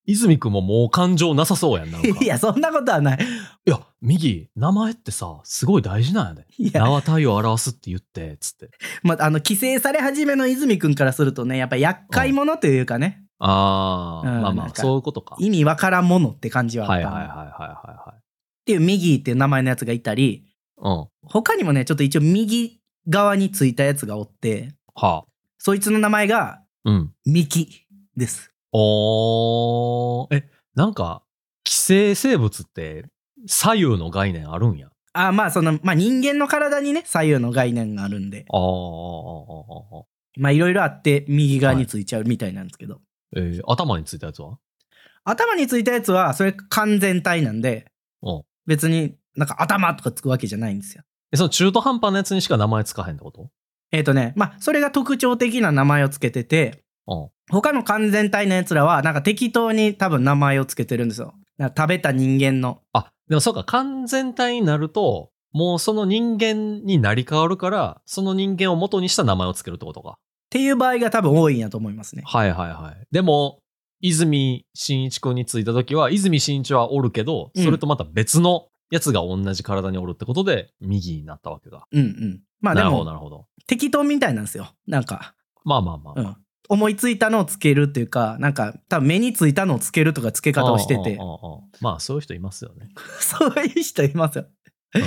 B: 泉くんももう感情なさそうやん、なんか。
A: いや、そんなことはない。
B: いや、右、名前ってさ、すごい大事なんやで。
A: いや
B: 名、は体を表すって言って、つって。
A: まあ、あの、規制され始めの泉くんからするとね、やっぱ厄介者というかね、
B: あー、
A: うん
B: まあま
A: な
B: あ
A: ん、か
B: そういうことか。
A: 意味わからんものって感じはあ
B: は
A: っ
B: い
A: た。
B: はいはいはい
A: っ
B: は
A: ていう、右っていう名前のやつがいたり、
B: いはい。うん。は
A: 他にもね、ちょっと一応右側についたやつがおって、
B: あ。
A: そいつの名前が、
B: うん。
A: ミキです。
B: おー、え、なんか、寄生生物って左右の概念あるんや。
A: あまあ、その、まあ人間の体にね、左右の概念があるんで、
B: あーあー、あーあーあー
A: まあいろいろあって、右側についちゃうみたいなんですけど、
B: えー頭についたやつは
A: 頭についたやつは、それ完全体なんで
B: うん、
A: 別になんか頭とかつくわけじゃないんですよ。
B: え、その中途半端なやつにしか名前つかへんってこと
A: えっ、とね、まあ、それが特徴的な名前をつけてて、
B: うん。
A: 他の完全体のやつらは、なんか適当に多分名前をつけてるんですよ。なんか食べた人間の。
B: あ、でもそうか、完全体になると、もうその人間になり変わるから、その人間を元にした名前をつけるってことか。
A: っていう場合が多分多いんやと思いますね。
B: はいはいはい。でも、泉真一くんについた時は、泉真一はおるけど、
A: うん
B: それとまた別のやつが同じ体におるってことで、右になったわけだ。
A: うんうん。まあで
B: なるほど、
A: も、
B: なるほど。
A: 適当みたいなんですよ。なんか、
B: まあまあまあ。
A: うん。思いついたのをつけるっていうか、なんか、多分目についたのをつけるとか付け方をしてて
B: うん、うんうんうんまあそういう人いますよね。
A: そういう人い ますよ。
B: うん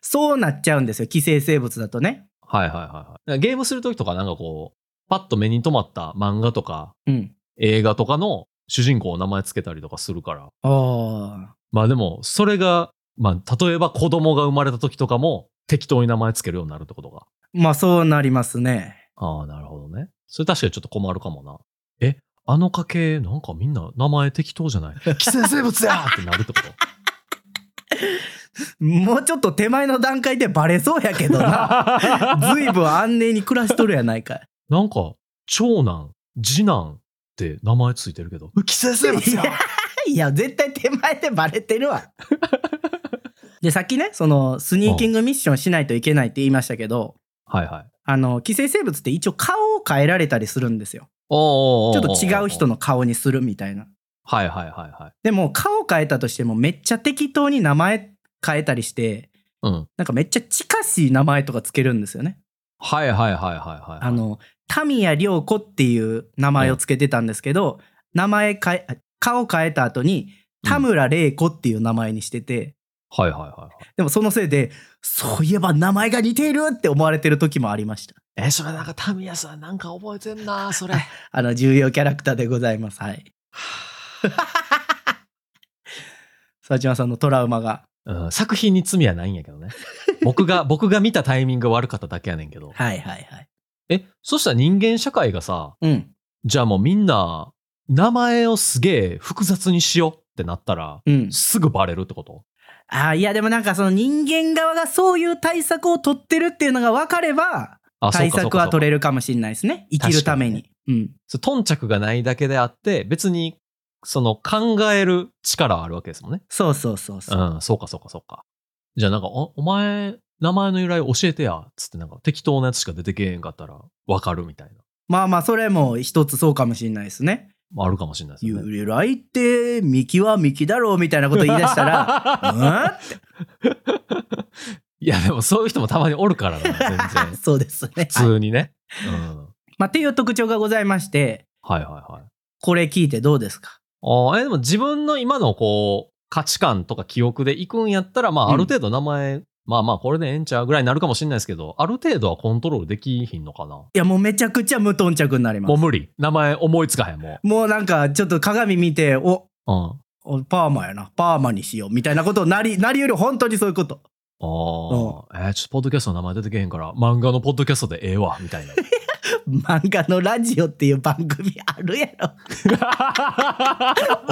A: そうなっちゃうんですよ。寄生生物だとね。
B: はいはいはいはい。ゲームする時とかなんかこう、パッと目に留まった漫画とか
A: うん。
B: 映画とかの主人公の名前つけたりとかするから。
A: ああ。
B: まあでも、それが、まあ例えば子供が生まれた時とかも適当に名前つけるようになるってことか。
A: まあそうなりますね。
B: ああ、なるほどね。それ確かにちょっと困るかもな。え、あの家系、なんかみんな名前適当じ ゃない寄生生物やってなるってこと
A: もうちょっと手前の段階でバレそうやけ どな。ずいぶん安寧に暮らしとるやないかい。
B: なんか、長男、次男って名前ついてるけど、寄生生物 や
A: いやいや、絶対手前でバレてる わ。で、さっきね、その、スニーキングミッションしないといけないって言いましたけど、
B: はいはい。
A: あの、寄生生物って一応顔を変えられたりするんですよ。
B: お
A: ちょっと違う人
B: の。
A: の顔にするみたいな。
B: はいはいはいはい。
A: でも、顔変えたとしてもめっちゃ適当に名前変えたりして、
B: うん。
A: なんかめっちゃ近しい名前とかつけるんですよね。
B: はいはいはいはいはい。
A: あ、の、タミヤ涼子っていう名前をつけてたんですけど、名前変え、あ顔変えた後に、田村玲子っていう名前にしてて、
B: はいはいはいはい。
A: でもそのせいで、そういえば名前が似ているって思われてる時もありました。
B: え、それなんかタミヤさんなんか覚えてん な、それ。
A: あの、重要キャラクターでございます。はい。 沢島さんのトラウマが。
B: うん、作品に罪はないんやけどね。 僕が、僕が見たタイミングが悪かっただけやねんけど。
A: はいはいはい。
B: え、そしたら人間社会がさ、
A: うん。
B: じゃあもうみんな、名前をすげえ複雑にしようってなったら、
A: うん。
B: すぐバレるってこと
A: ああ、いやでもなんかその人間側がそういう対策を取ってるっていうのが分かれば、
B: あ
A: 対策は取
B: れ
A: れるかもしれないですね。生きるために。うん。
B: 頓着がないだけであって、別に、その考える力はあるわけですもんね。
A: そうそうそうそう。
B: うん、そうかそうかそうか。じゃあなんか、おお前、名前の由来教えてや、つってなんか適当なやつしか出てけえへんかったら、わかるみたいな。
A: まあまあ、それも一つそうかもしれないですね。
B: まあ、あるかもしれないですよね。
A: 由来って、ミキはミキだろうみたいなこと言い出した ら、 う
B: いや、でもそういう人もたまにお るからな、全然。
A: んそうですね。
B: 普
A: はい
B: 通にね。うん。
A: まあ、っていう特徴がございまして、
B: はいはいはい。
A: これ聞いてどうですか
B: ああ、え、でも自分の今のこう、価値観とか記憶でいくんやったら、
A: う
B: ま
A: ん
B: あある程度名前、まあまあこれでええんちゃうぐらいになるかもしれないですけど、ある程度はコントロールできひんのかな。
A: いや、もうめちゃくちゃ無頓着になりま
B: もう
A: す。
B: 無理。名前思いつかへん、も
A: もうなんか、ちょっと鏡見て、お、
B: う。うん。あ
A: おパーマやな。パーマにしよう。みたいなことなり、なりうる本当にそういうこと。
B: あ、えーちょっとポッドキャストの名前出てけへんから、漫画のポッドキャストでええわ、み たいな。
A: 漫画のラジオっていう番組あるやろ。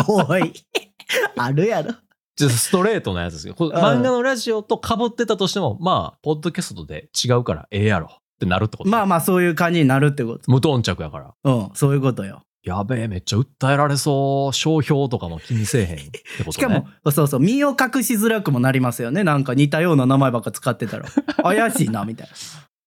A: おい。 あるやろ。
B: ちょっとストレートなやつですけど、これ
A: うん
B: 漫画のラジオと被ってたとしても、まあ、ポッドキャストで違うからええやろ。ってなるってこと
A: まあまあそういう感じになるってこ
B: 無頓着やから。
A: とうんそういうことよ
B: やべえ、めっちゃ訴えられそう。商標とかも気にせえへんってことね。
A: しかも、そうそう身を隠しづらくもなりますよねなんか似たような名前ばっか使ってたら怪しいなみたい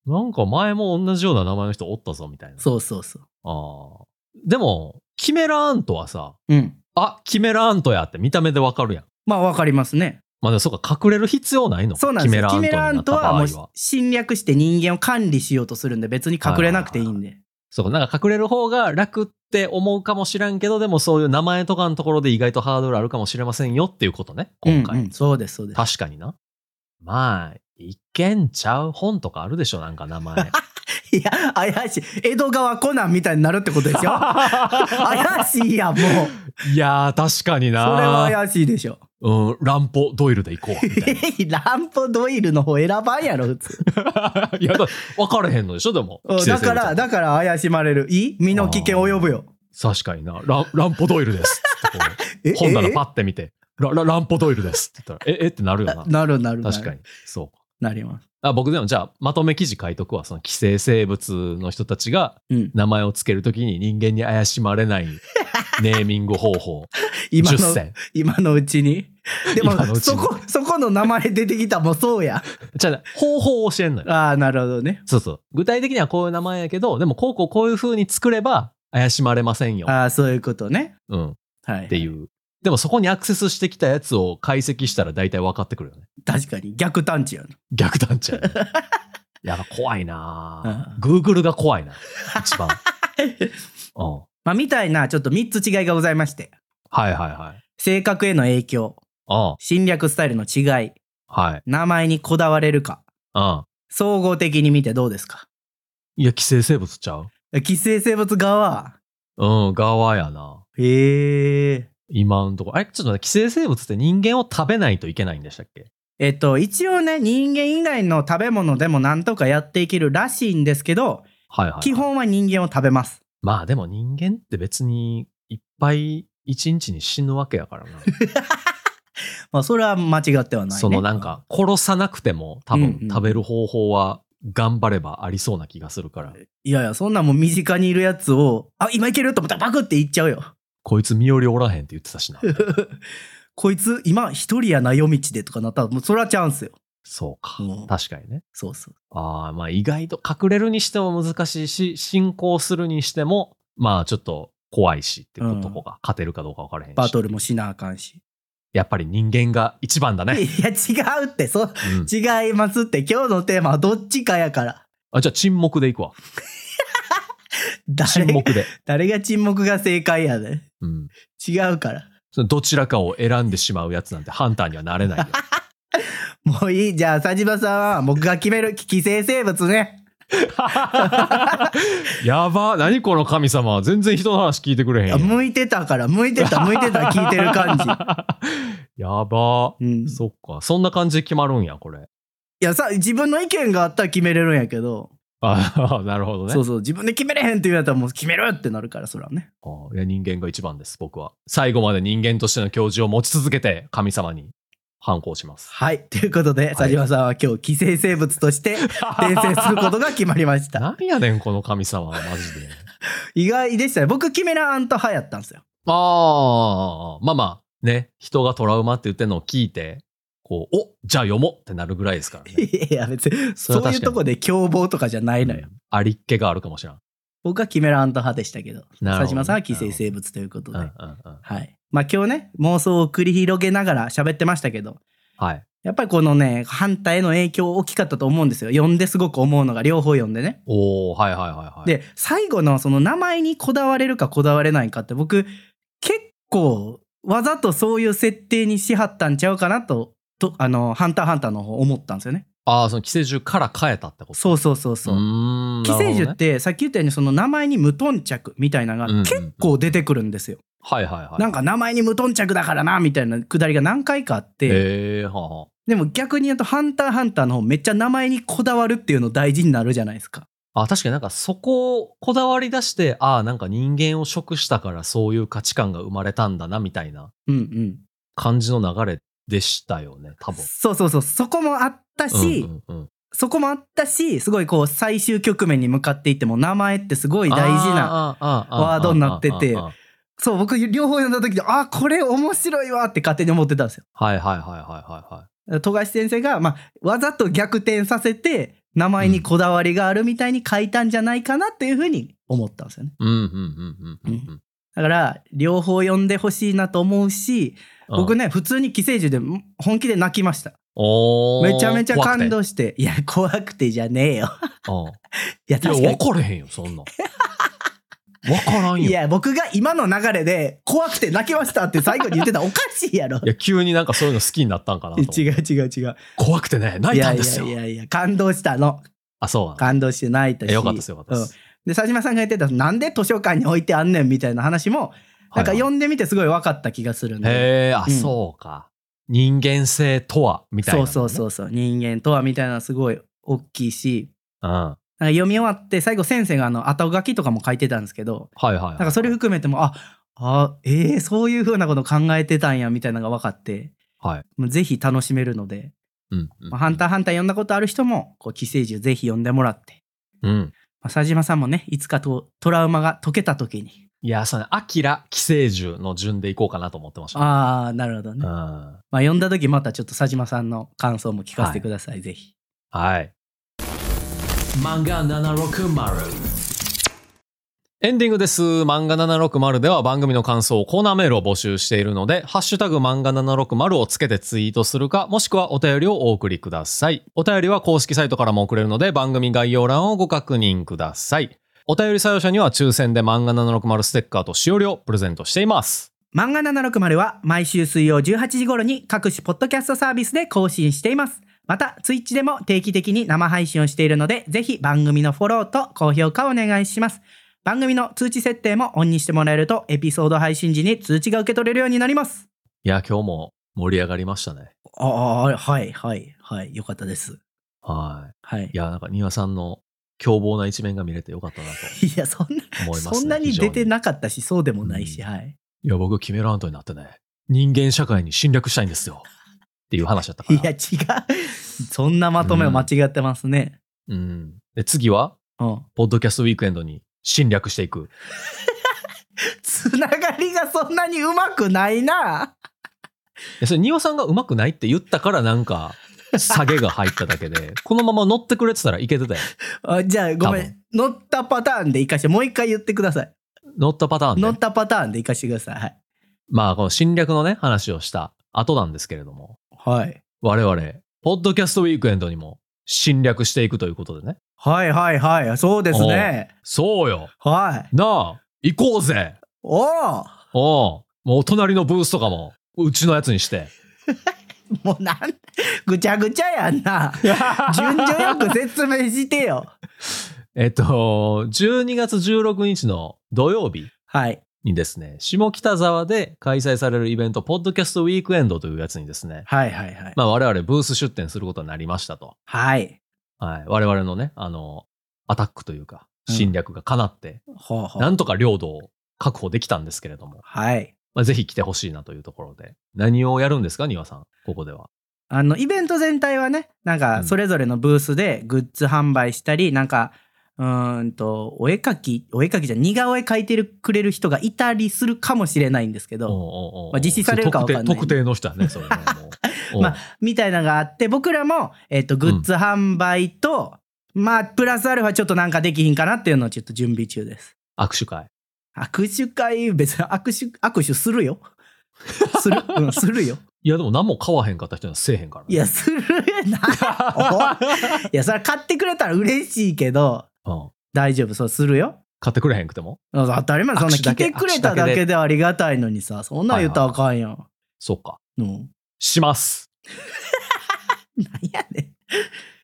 A: な
B: なんか前も同じような名前の人おったぞみたいな。
A: そうそうそう
B: あーでも、キメラアントはさ、
A: うん
B: あ、キメラアントやって見た目でわかるやん。
A: まあわかりますね
B: まあでもそうか、隠れる必要ないのか
A: そうなんですよキ
B: キ
A: メ
B: メラ
A: ラ
B: ア
A: ア
B: ン
A: ン
B: ト
A: ト
B: になった場
A: は
B: 合
A: も
B: は。
A: う侵略して人間を管理しようとするんで別に隠れなくていいんで
B: そうか、なんか隠れる方が楽って思うかもしらんけど、でもそういう名前とかのところで意外とハードルあるかもしれませんよっていうことね、今回。
A: うんうんそうですそうです
B: 確かにな。まあ、いけんちゃう本とかあるでしょ、なんか名 前。
A: いや怪しい江戸川コナンみたいになるってことですよ 怪しいやんもう
B: いやー、確かに
A: それは
B: な。
A: 怪しいでし ょ
B: うん、乱歩ドイルで行こう。みたいな
A: えランポドイルの方選ばんやろ普通
B: いや、だ分かれへんのでしょ、でも。
A: うん
B: 季節
A: だ
B: 性
A: か
B: と
A: ら、だから怪しまれる。いい身の危険及ぶよ。
B: 確かにな。ランランポドイルです。つってこ
A: え
B: う本棚
A: え
B: パッて見て、ララランポドイルです。って言ったら、え、え ってなる
A: な
B: よな。
A: なるなるなる。
B: 確かに。そう。
A: なります。
B: あ僕でもじゃあまとめ記事書いとくわその寄生生物の人たちが
A: うん。
B: 名前をつけるときに人間に怪しまれない ネーミング方法
A: 今
B: 10
A: の、
B: 選
A: 今のうちに。でも
B: 今の、うち
A: そ
B: に
A: こ、そこの名前出てきたもそうや。
B: じゃあ方法を教えんのよ
A: ああ、なるほどね。
B: そうそう具体的にはこういう名前やけどでもこうこうこういう風に作れば怪しまれませんよ、
A: ああ、そういうことね。
B: うん、っ
A: はい。
B: ていうでもそこにアクセスしてきたやつを解析したら大体分かってくるよね
A: 確かに。逆探知やな。
B: 逆探知やね やっぱ怖いな
A: うん
B: グーグルが怖いな一番 うん
A: まあ、みたいな、ちょっと3つ違いがございまして。
B: はいはいはい
A: 性格への影響、
B: うん
A: 侵略スタイルの違い、
B: はい
A: 名前にこだわれるか、
B: うん
A: 総合的に見てどうですか
B: いや、寄生生物ちゃう
A: 寄生生物側。
B: うん、側やな。
A: へえ。
B: 今のところ。あれ、ちょっと待って寄生生物って人間を食べないといけないんでしたっけ
A: えっと、一応ね、人間以外の食べ物でもなんとかやっていけるらしいんですけど、
B: はいはい。
A: 基。本は人間を食べます。
B: まあでも人間って別にいっぱい一日に死ぬわけ やからな。
A: まあ、それは間違ってはない、ね。
B: そのなん。か殺さなくても多
A: うんう
B: 分
A: ん
B: 食べる方法は頑張ればありそうな気がするから。
A: いやいや、そんなんもう身近にいるやつを、あ、今いけると思ったらバクっていっちゃうよ。
B: こいつ身寄りおらへんって言ってたしな。
A: こいつ、今一人やな、夜道でとかなったら、もうそれはチャンスよ。
B: そうか
A: うん。
B: 確かにね。
A: そうそう。
B: ああ、まあ意外と隠れるにしても難しいし、進行するにしても、まあちょっと怖いしっていうとこが、勝てるかどうか分からへんし。
A: バトルもしなあかんし。
B: やっぱり人間が一番だね。
A: いや、違うって、そ、
B: うん、
A: 違いますって、今日のテーマはどっちかやから。
B: あじゃあ沈黙でいく わ。
A: 誰
B: 沈
A: が、
B: 黙で。
A: 誰が沈黙が正解やで。
B: うん、
A: 違うから。
B: そのどちらかを選んでしまうやつなんてハンターにはな れないよ。
A: もういい。じゃあ、佐島さんは僕が決める寄生生物ね。
B: やば、何この神様。全然人の話聞いてくれへんやん。
A: 向いてたから、向いて た、向いてた、聞いてる感じ。
B: やば。
A: うん、
B: そっか。そんな感じで決まるんや、これ。
A: いやさ自分の意見があったら決めれるんやけど、
B: あなるほどね
A: そうそう自分で決めれへんって言うやったらもう決めるってなるからそらね
B: あーいや。人間が一番です、僕は。最後まで人間としての教授を持ち続けて、神様に反抗します。
A: はいということで佐島さんは今日寄生生物と して転生することが決まりまし た
B: 何やねん、この神様は、マジで。
A: 意外でしたね僕キメラアント派やったんですよ
B: ああ、まあまあ、ね、人がトラウマって言ってるのを聞いて、こう、おじゃあ読もうってなるぐらいですからね。
A: いや別にそ
B: それは確
A: う
B: かに
A: いうとこで凶暴とかじゃ ないのよ、
B: うんありっけがあるかもしれん。
A: 僕はキメラアント派でしたけど
B: なるほど
A: 佐島さんは寄生生物ということ
B: う
A: で、
B: んうんうん。
A: はい。まあ今日ね、妄想を繰り広げながら喋ってましたけど、
B: はい。
A: やっぱりこのね、反対への影響大きかったと思うんですよ。読んですごく思うのが、両方読んでね。
B: おおはいはいはいはい。、
A: で、最後のその名前にこだわれるかこだわれないかって、僕、結構、わざとそういう設定にしはったんちゃうかなと、と、あの、ハンターハンターの方思ったんですよね。
B: ああ、その寄生獣から変えたってこと
A: そうそうそう
B: う
A: そう。
B: ーん。
A: 寄生
B: なるほ
A: 獣
B: ど
A: っ
B: ね。
A: て、さっき言ったようにその名前に無頓着みたいなの
B: うんうん
A: が
B: うん
A: 結構出てくるんですよ。
B: はいはいはい。
A: なんか名前に無頓着だからな、みたいなくだりが何回かあって。
B: ええはあは
A: でも逆に言うと「ハンターハンター」の方めっちゃ名前にこだわるっていうの大事になるじゃないですか。
B: あ。あ、確かになんかそこをこだわり出して、ああ、なんか人間を食したからそういう価値観が生まれたんだな、みたいな
A: うんうん、
B: 感じの流れでしたよね、多分。
A: そうそうそうそこもあったし、
B: うんうんうん
A: そこもあったし、すごいこう最終局面に向かっていっても名前ってすごい大事な。
B: な
A: ワードになっててそう、僕両方読んだ時で、あ、これ面白いわって勝手に思ってたんですよ。
B: はいはいはいはいはいはい。
A: 富樫先生が、まあ、わざと逆転させて、名前にこだわりがあるみたいに書いたんじゃないかなっていうふうに思ったんですよね。
B: うんうんうんうんうんうん。
A: だから、両方読んでほしいなと思うし、僕
B: ね、
A: ね、普通に寄生獣でん本気で泣きました。
B: おー
A: めちゃめちゃ感
B: 怖く
A: 動して、いや、怖くてじゃねえよ。
B: てうん
A: いや、確
B: い
A: か
B: や、
A: に
B: 分。かれへんよ、そんなん。分からんよ。
A: い
B: いや、
A: や、僕が今の流れで、怖くて泣きましたって最後に言って たらおかしいやろ。
B: 急になんかそういうの好きになったんかなと思って
A: 違う違う違う。
B: 怖くてね、泣いたんですよ。
A: いやいやいや、感動したの。
B: あ、そうなんだ
A: 感動して泣いたし。
B: えよかったですよかったです
A: うんで、佐島さんが言ってた、なんで図書館に置いてあんねんみたいな話も、なんか
B: はいはい
A: 読んでみてすごい分かった気がするんで。
B: へえ、あ、
A: うん
B: そうか。人間性とは、みたいな、。
A: そうそうそううそう。人間とはみたいなのすごい大きいし、
B: うん。は
A: なんか読み終わって最後先生があの後書きとかも書いてたんですけど、
B: いはいはい。
A: なんかそれ含めても、あ、あ、えー、そういう風なこと考えてたんやみたいなのが分かって、
B: はい。
A: もうぜひ楽しめるので、
B: うん。
A: まあ、ハンターハンター読んだことある人も、こう、寄生獣ぜひ読んでもらって、
B: うん。
A: まあ、佐島さんもね、いつかとトラウマが解けた時に、
B: いや、その、アキラ、寄生獣の順でいこうかなと思ってました。
A: ああ、なるほどね。
B: う
A: まあ、
B: ん。
A: 読んだ時またちょっと佐島さんの感想も聞かせてください、ぜひ。
B: はい。漫画760。エンディングです。漫画760では番組の感想、コーナーメールを募集しているので、ハッシュタグ漫画760をつけてツイートするか、もしくはお便りをお送りください。お便りは公式サイトからも送れるので、番組概要欄をご確認ください。お便り採用者には抽選で漫画760ステッカーと使用料プレゼントしています。
A: 漫画760は毎週水曜18時頃に各種ポッドキャストサービスで更新しています。また、ツイッチでも定期的に生配信をしているので、ぜひ番組のフォローと高評価をお願いします。番組の通知設定もオンにしてもらえると、エピソード配信時に通知が受け取れるようになります。
B: いや、今日も盛り上がりましたね。
A: ああ、はい、はい、はい、よかったです。
B: は
A: はい
B: い。い。や、なんか、庭さんの凶暴な一面が見れてよかったなと
A: いや、そんな、
B: 思います、ね。
A: そんなに出て
B: い
A: なかったし、そうでもないし、はい。
B: いや、僕、キメラアントになってね、人間社会に侵略したいんで すよ。っていう話だったか
A: い
B: ら。
A: や、違う。そんなまとめを間違ってますね。
B: うん。で、次は、
A: うん。
B: ポッドキャストウィークエンドに侵略していく。
A: つながりがそんなにうまくないな。
B: いやそれ、庭さんがうまくないって言ったから、なんか、下げが入っただけで、 このまま乗ってくれてたらいけてたよ。
A: あじゃあごめん
B: 多
A: 乗ったパターンで生かしてもう一回言ってください
B: 乗ったパターンで
A: 乗ったパターンで生かしてくださいはい
B: まあ、この侵略のね、話をした後なんですけれども、
A: はい
B: 我々、ポッドキャストウィークエンドにも侵略していくということでね。
A: はいはいはいそうですね
B: そうよ。
A: はい
B: なあ、行こうぜ。
A: おお
B: おもうお隣のブースとかも、うちのやつ にして。
A: もうなんぐちゃぐちゃやんな 順序よく説明してよ
B: えっと、12月16日の土曜日
A: はい
B: にですね、下北沢で開催されるイベント、ポッドキャストウィークエンドというやつにですね、
A: はいはいはい
B: まあ我々ブース出展することになりましたと。
A: はい
B: はい。我々のね、あの、アタックというか、
A: うん
B: 侵略が叶って、
A: ほうほ
B: な
A: うん
B: とか領土を確保できたんですけれども、
A: はい
B: まあ、ぜひ来てほしいなというところで。何をやるんですか、庭さん、ここでは。
A: あのイベント全体はねなん
B: う
A: か
B: ん
A: それぞれのブースでグッズ販売したりなんかうーんとお絵描きお絵描きじゃ似顔絵描いてるくれる人がいたりするかもしれないんですけど、
B: おうおうおうおう
A: まあ実施されるかわかんない
B: 特定特定の人はね、それねも うおう
A: まあみたいなのがあって、僕らも、えっ、と、グッズ販売と、まあ、プラスアルファちょっとなんかできひんかなっていうのをちょっと準備中です。
B: 握手会。
A: 握手会、別に握手、握手するよ。す る、うん、するよ。
B: いや、でも何も買わへんかった人にはせえへんから、
A: いや、するやな。おいや、それ買ってくれたら嬉しいけど、
B: うん、
A: 大丈夫、そう、するよ。
B: 買ってくれへんくても
A: 当たり前、そんな
B: 握手だ
A: 来
B: け
A: てくれただけでありがたいのにさ、そんなん言ったらあかんやん。
B: そうか。
A: うん。
B: します。
A: なんやねん。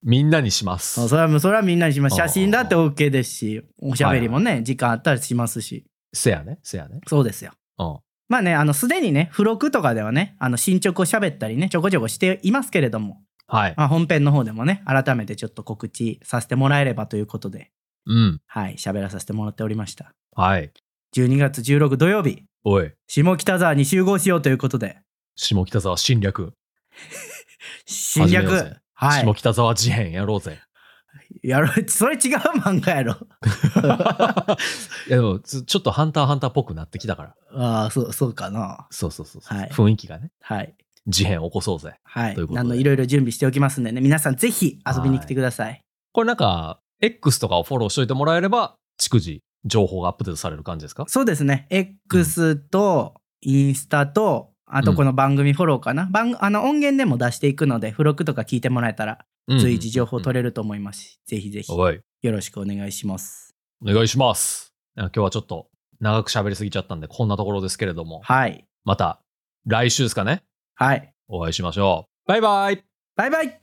B: みんなにします
A: あ。それはもう、それはみんなにします。
B: ああ
A: 写真だって OK ですし、おしゃべりもね、時間あったりしますし。
B: せやね、せやね。
A: そうですよ。
B: うん。
A: まあね、あの、すでにね、付録とかではね、あの、進捗を喋ったりね、ちょこちょこしていますけれども、
B: はい。
A: まあ、本編の方でもね、改めてちょっと告知させてもらえればということで、
B: うん。
A: はい、喋らさせてもらっておりました。
B: はい。
A: 12月16土曜日、
B: おい、
A: 下北沢に集合しようということで、
B: 下北沢侵略。
A: 侵
B: 始めよう
A: 略
B: ぜ、
A: はい
B: 下北沢事変やろ うぜ。
A: やろそれ違う漫画やろ
B: いやでもつちょっとハンターハンターっぽくなってきたから。
A: ああそうそうかな
B: そうそうそうそう、
A: はい
B: 雰囲気がね。
A: はい
B: 事変起こそうぜ。
A: はい
B: ということで
A: あのいろいろ準備しておきますんでね皆さんぜひ遊びに来てください
B: これなんか、X とかをフォローしといてもらえれば、逐次情報がアップデートされる感じですか
A: そうですね X とインスタとあとこの番組フォローかな、番あの音源でも出していくので付録とか聞いてもらえたら随時情報取
B: れ
A: れると思いますし、ぜひぜひ
B: はい。
A: よろしくお願いします
B: お願いします。あ今日はちょっと長く喋りすぎちゃったんで、こんなところですけれども、
A: はい
B: また来週ですかね、
A: はい
B: お会いしましょう。バイバイ
A: バイバイ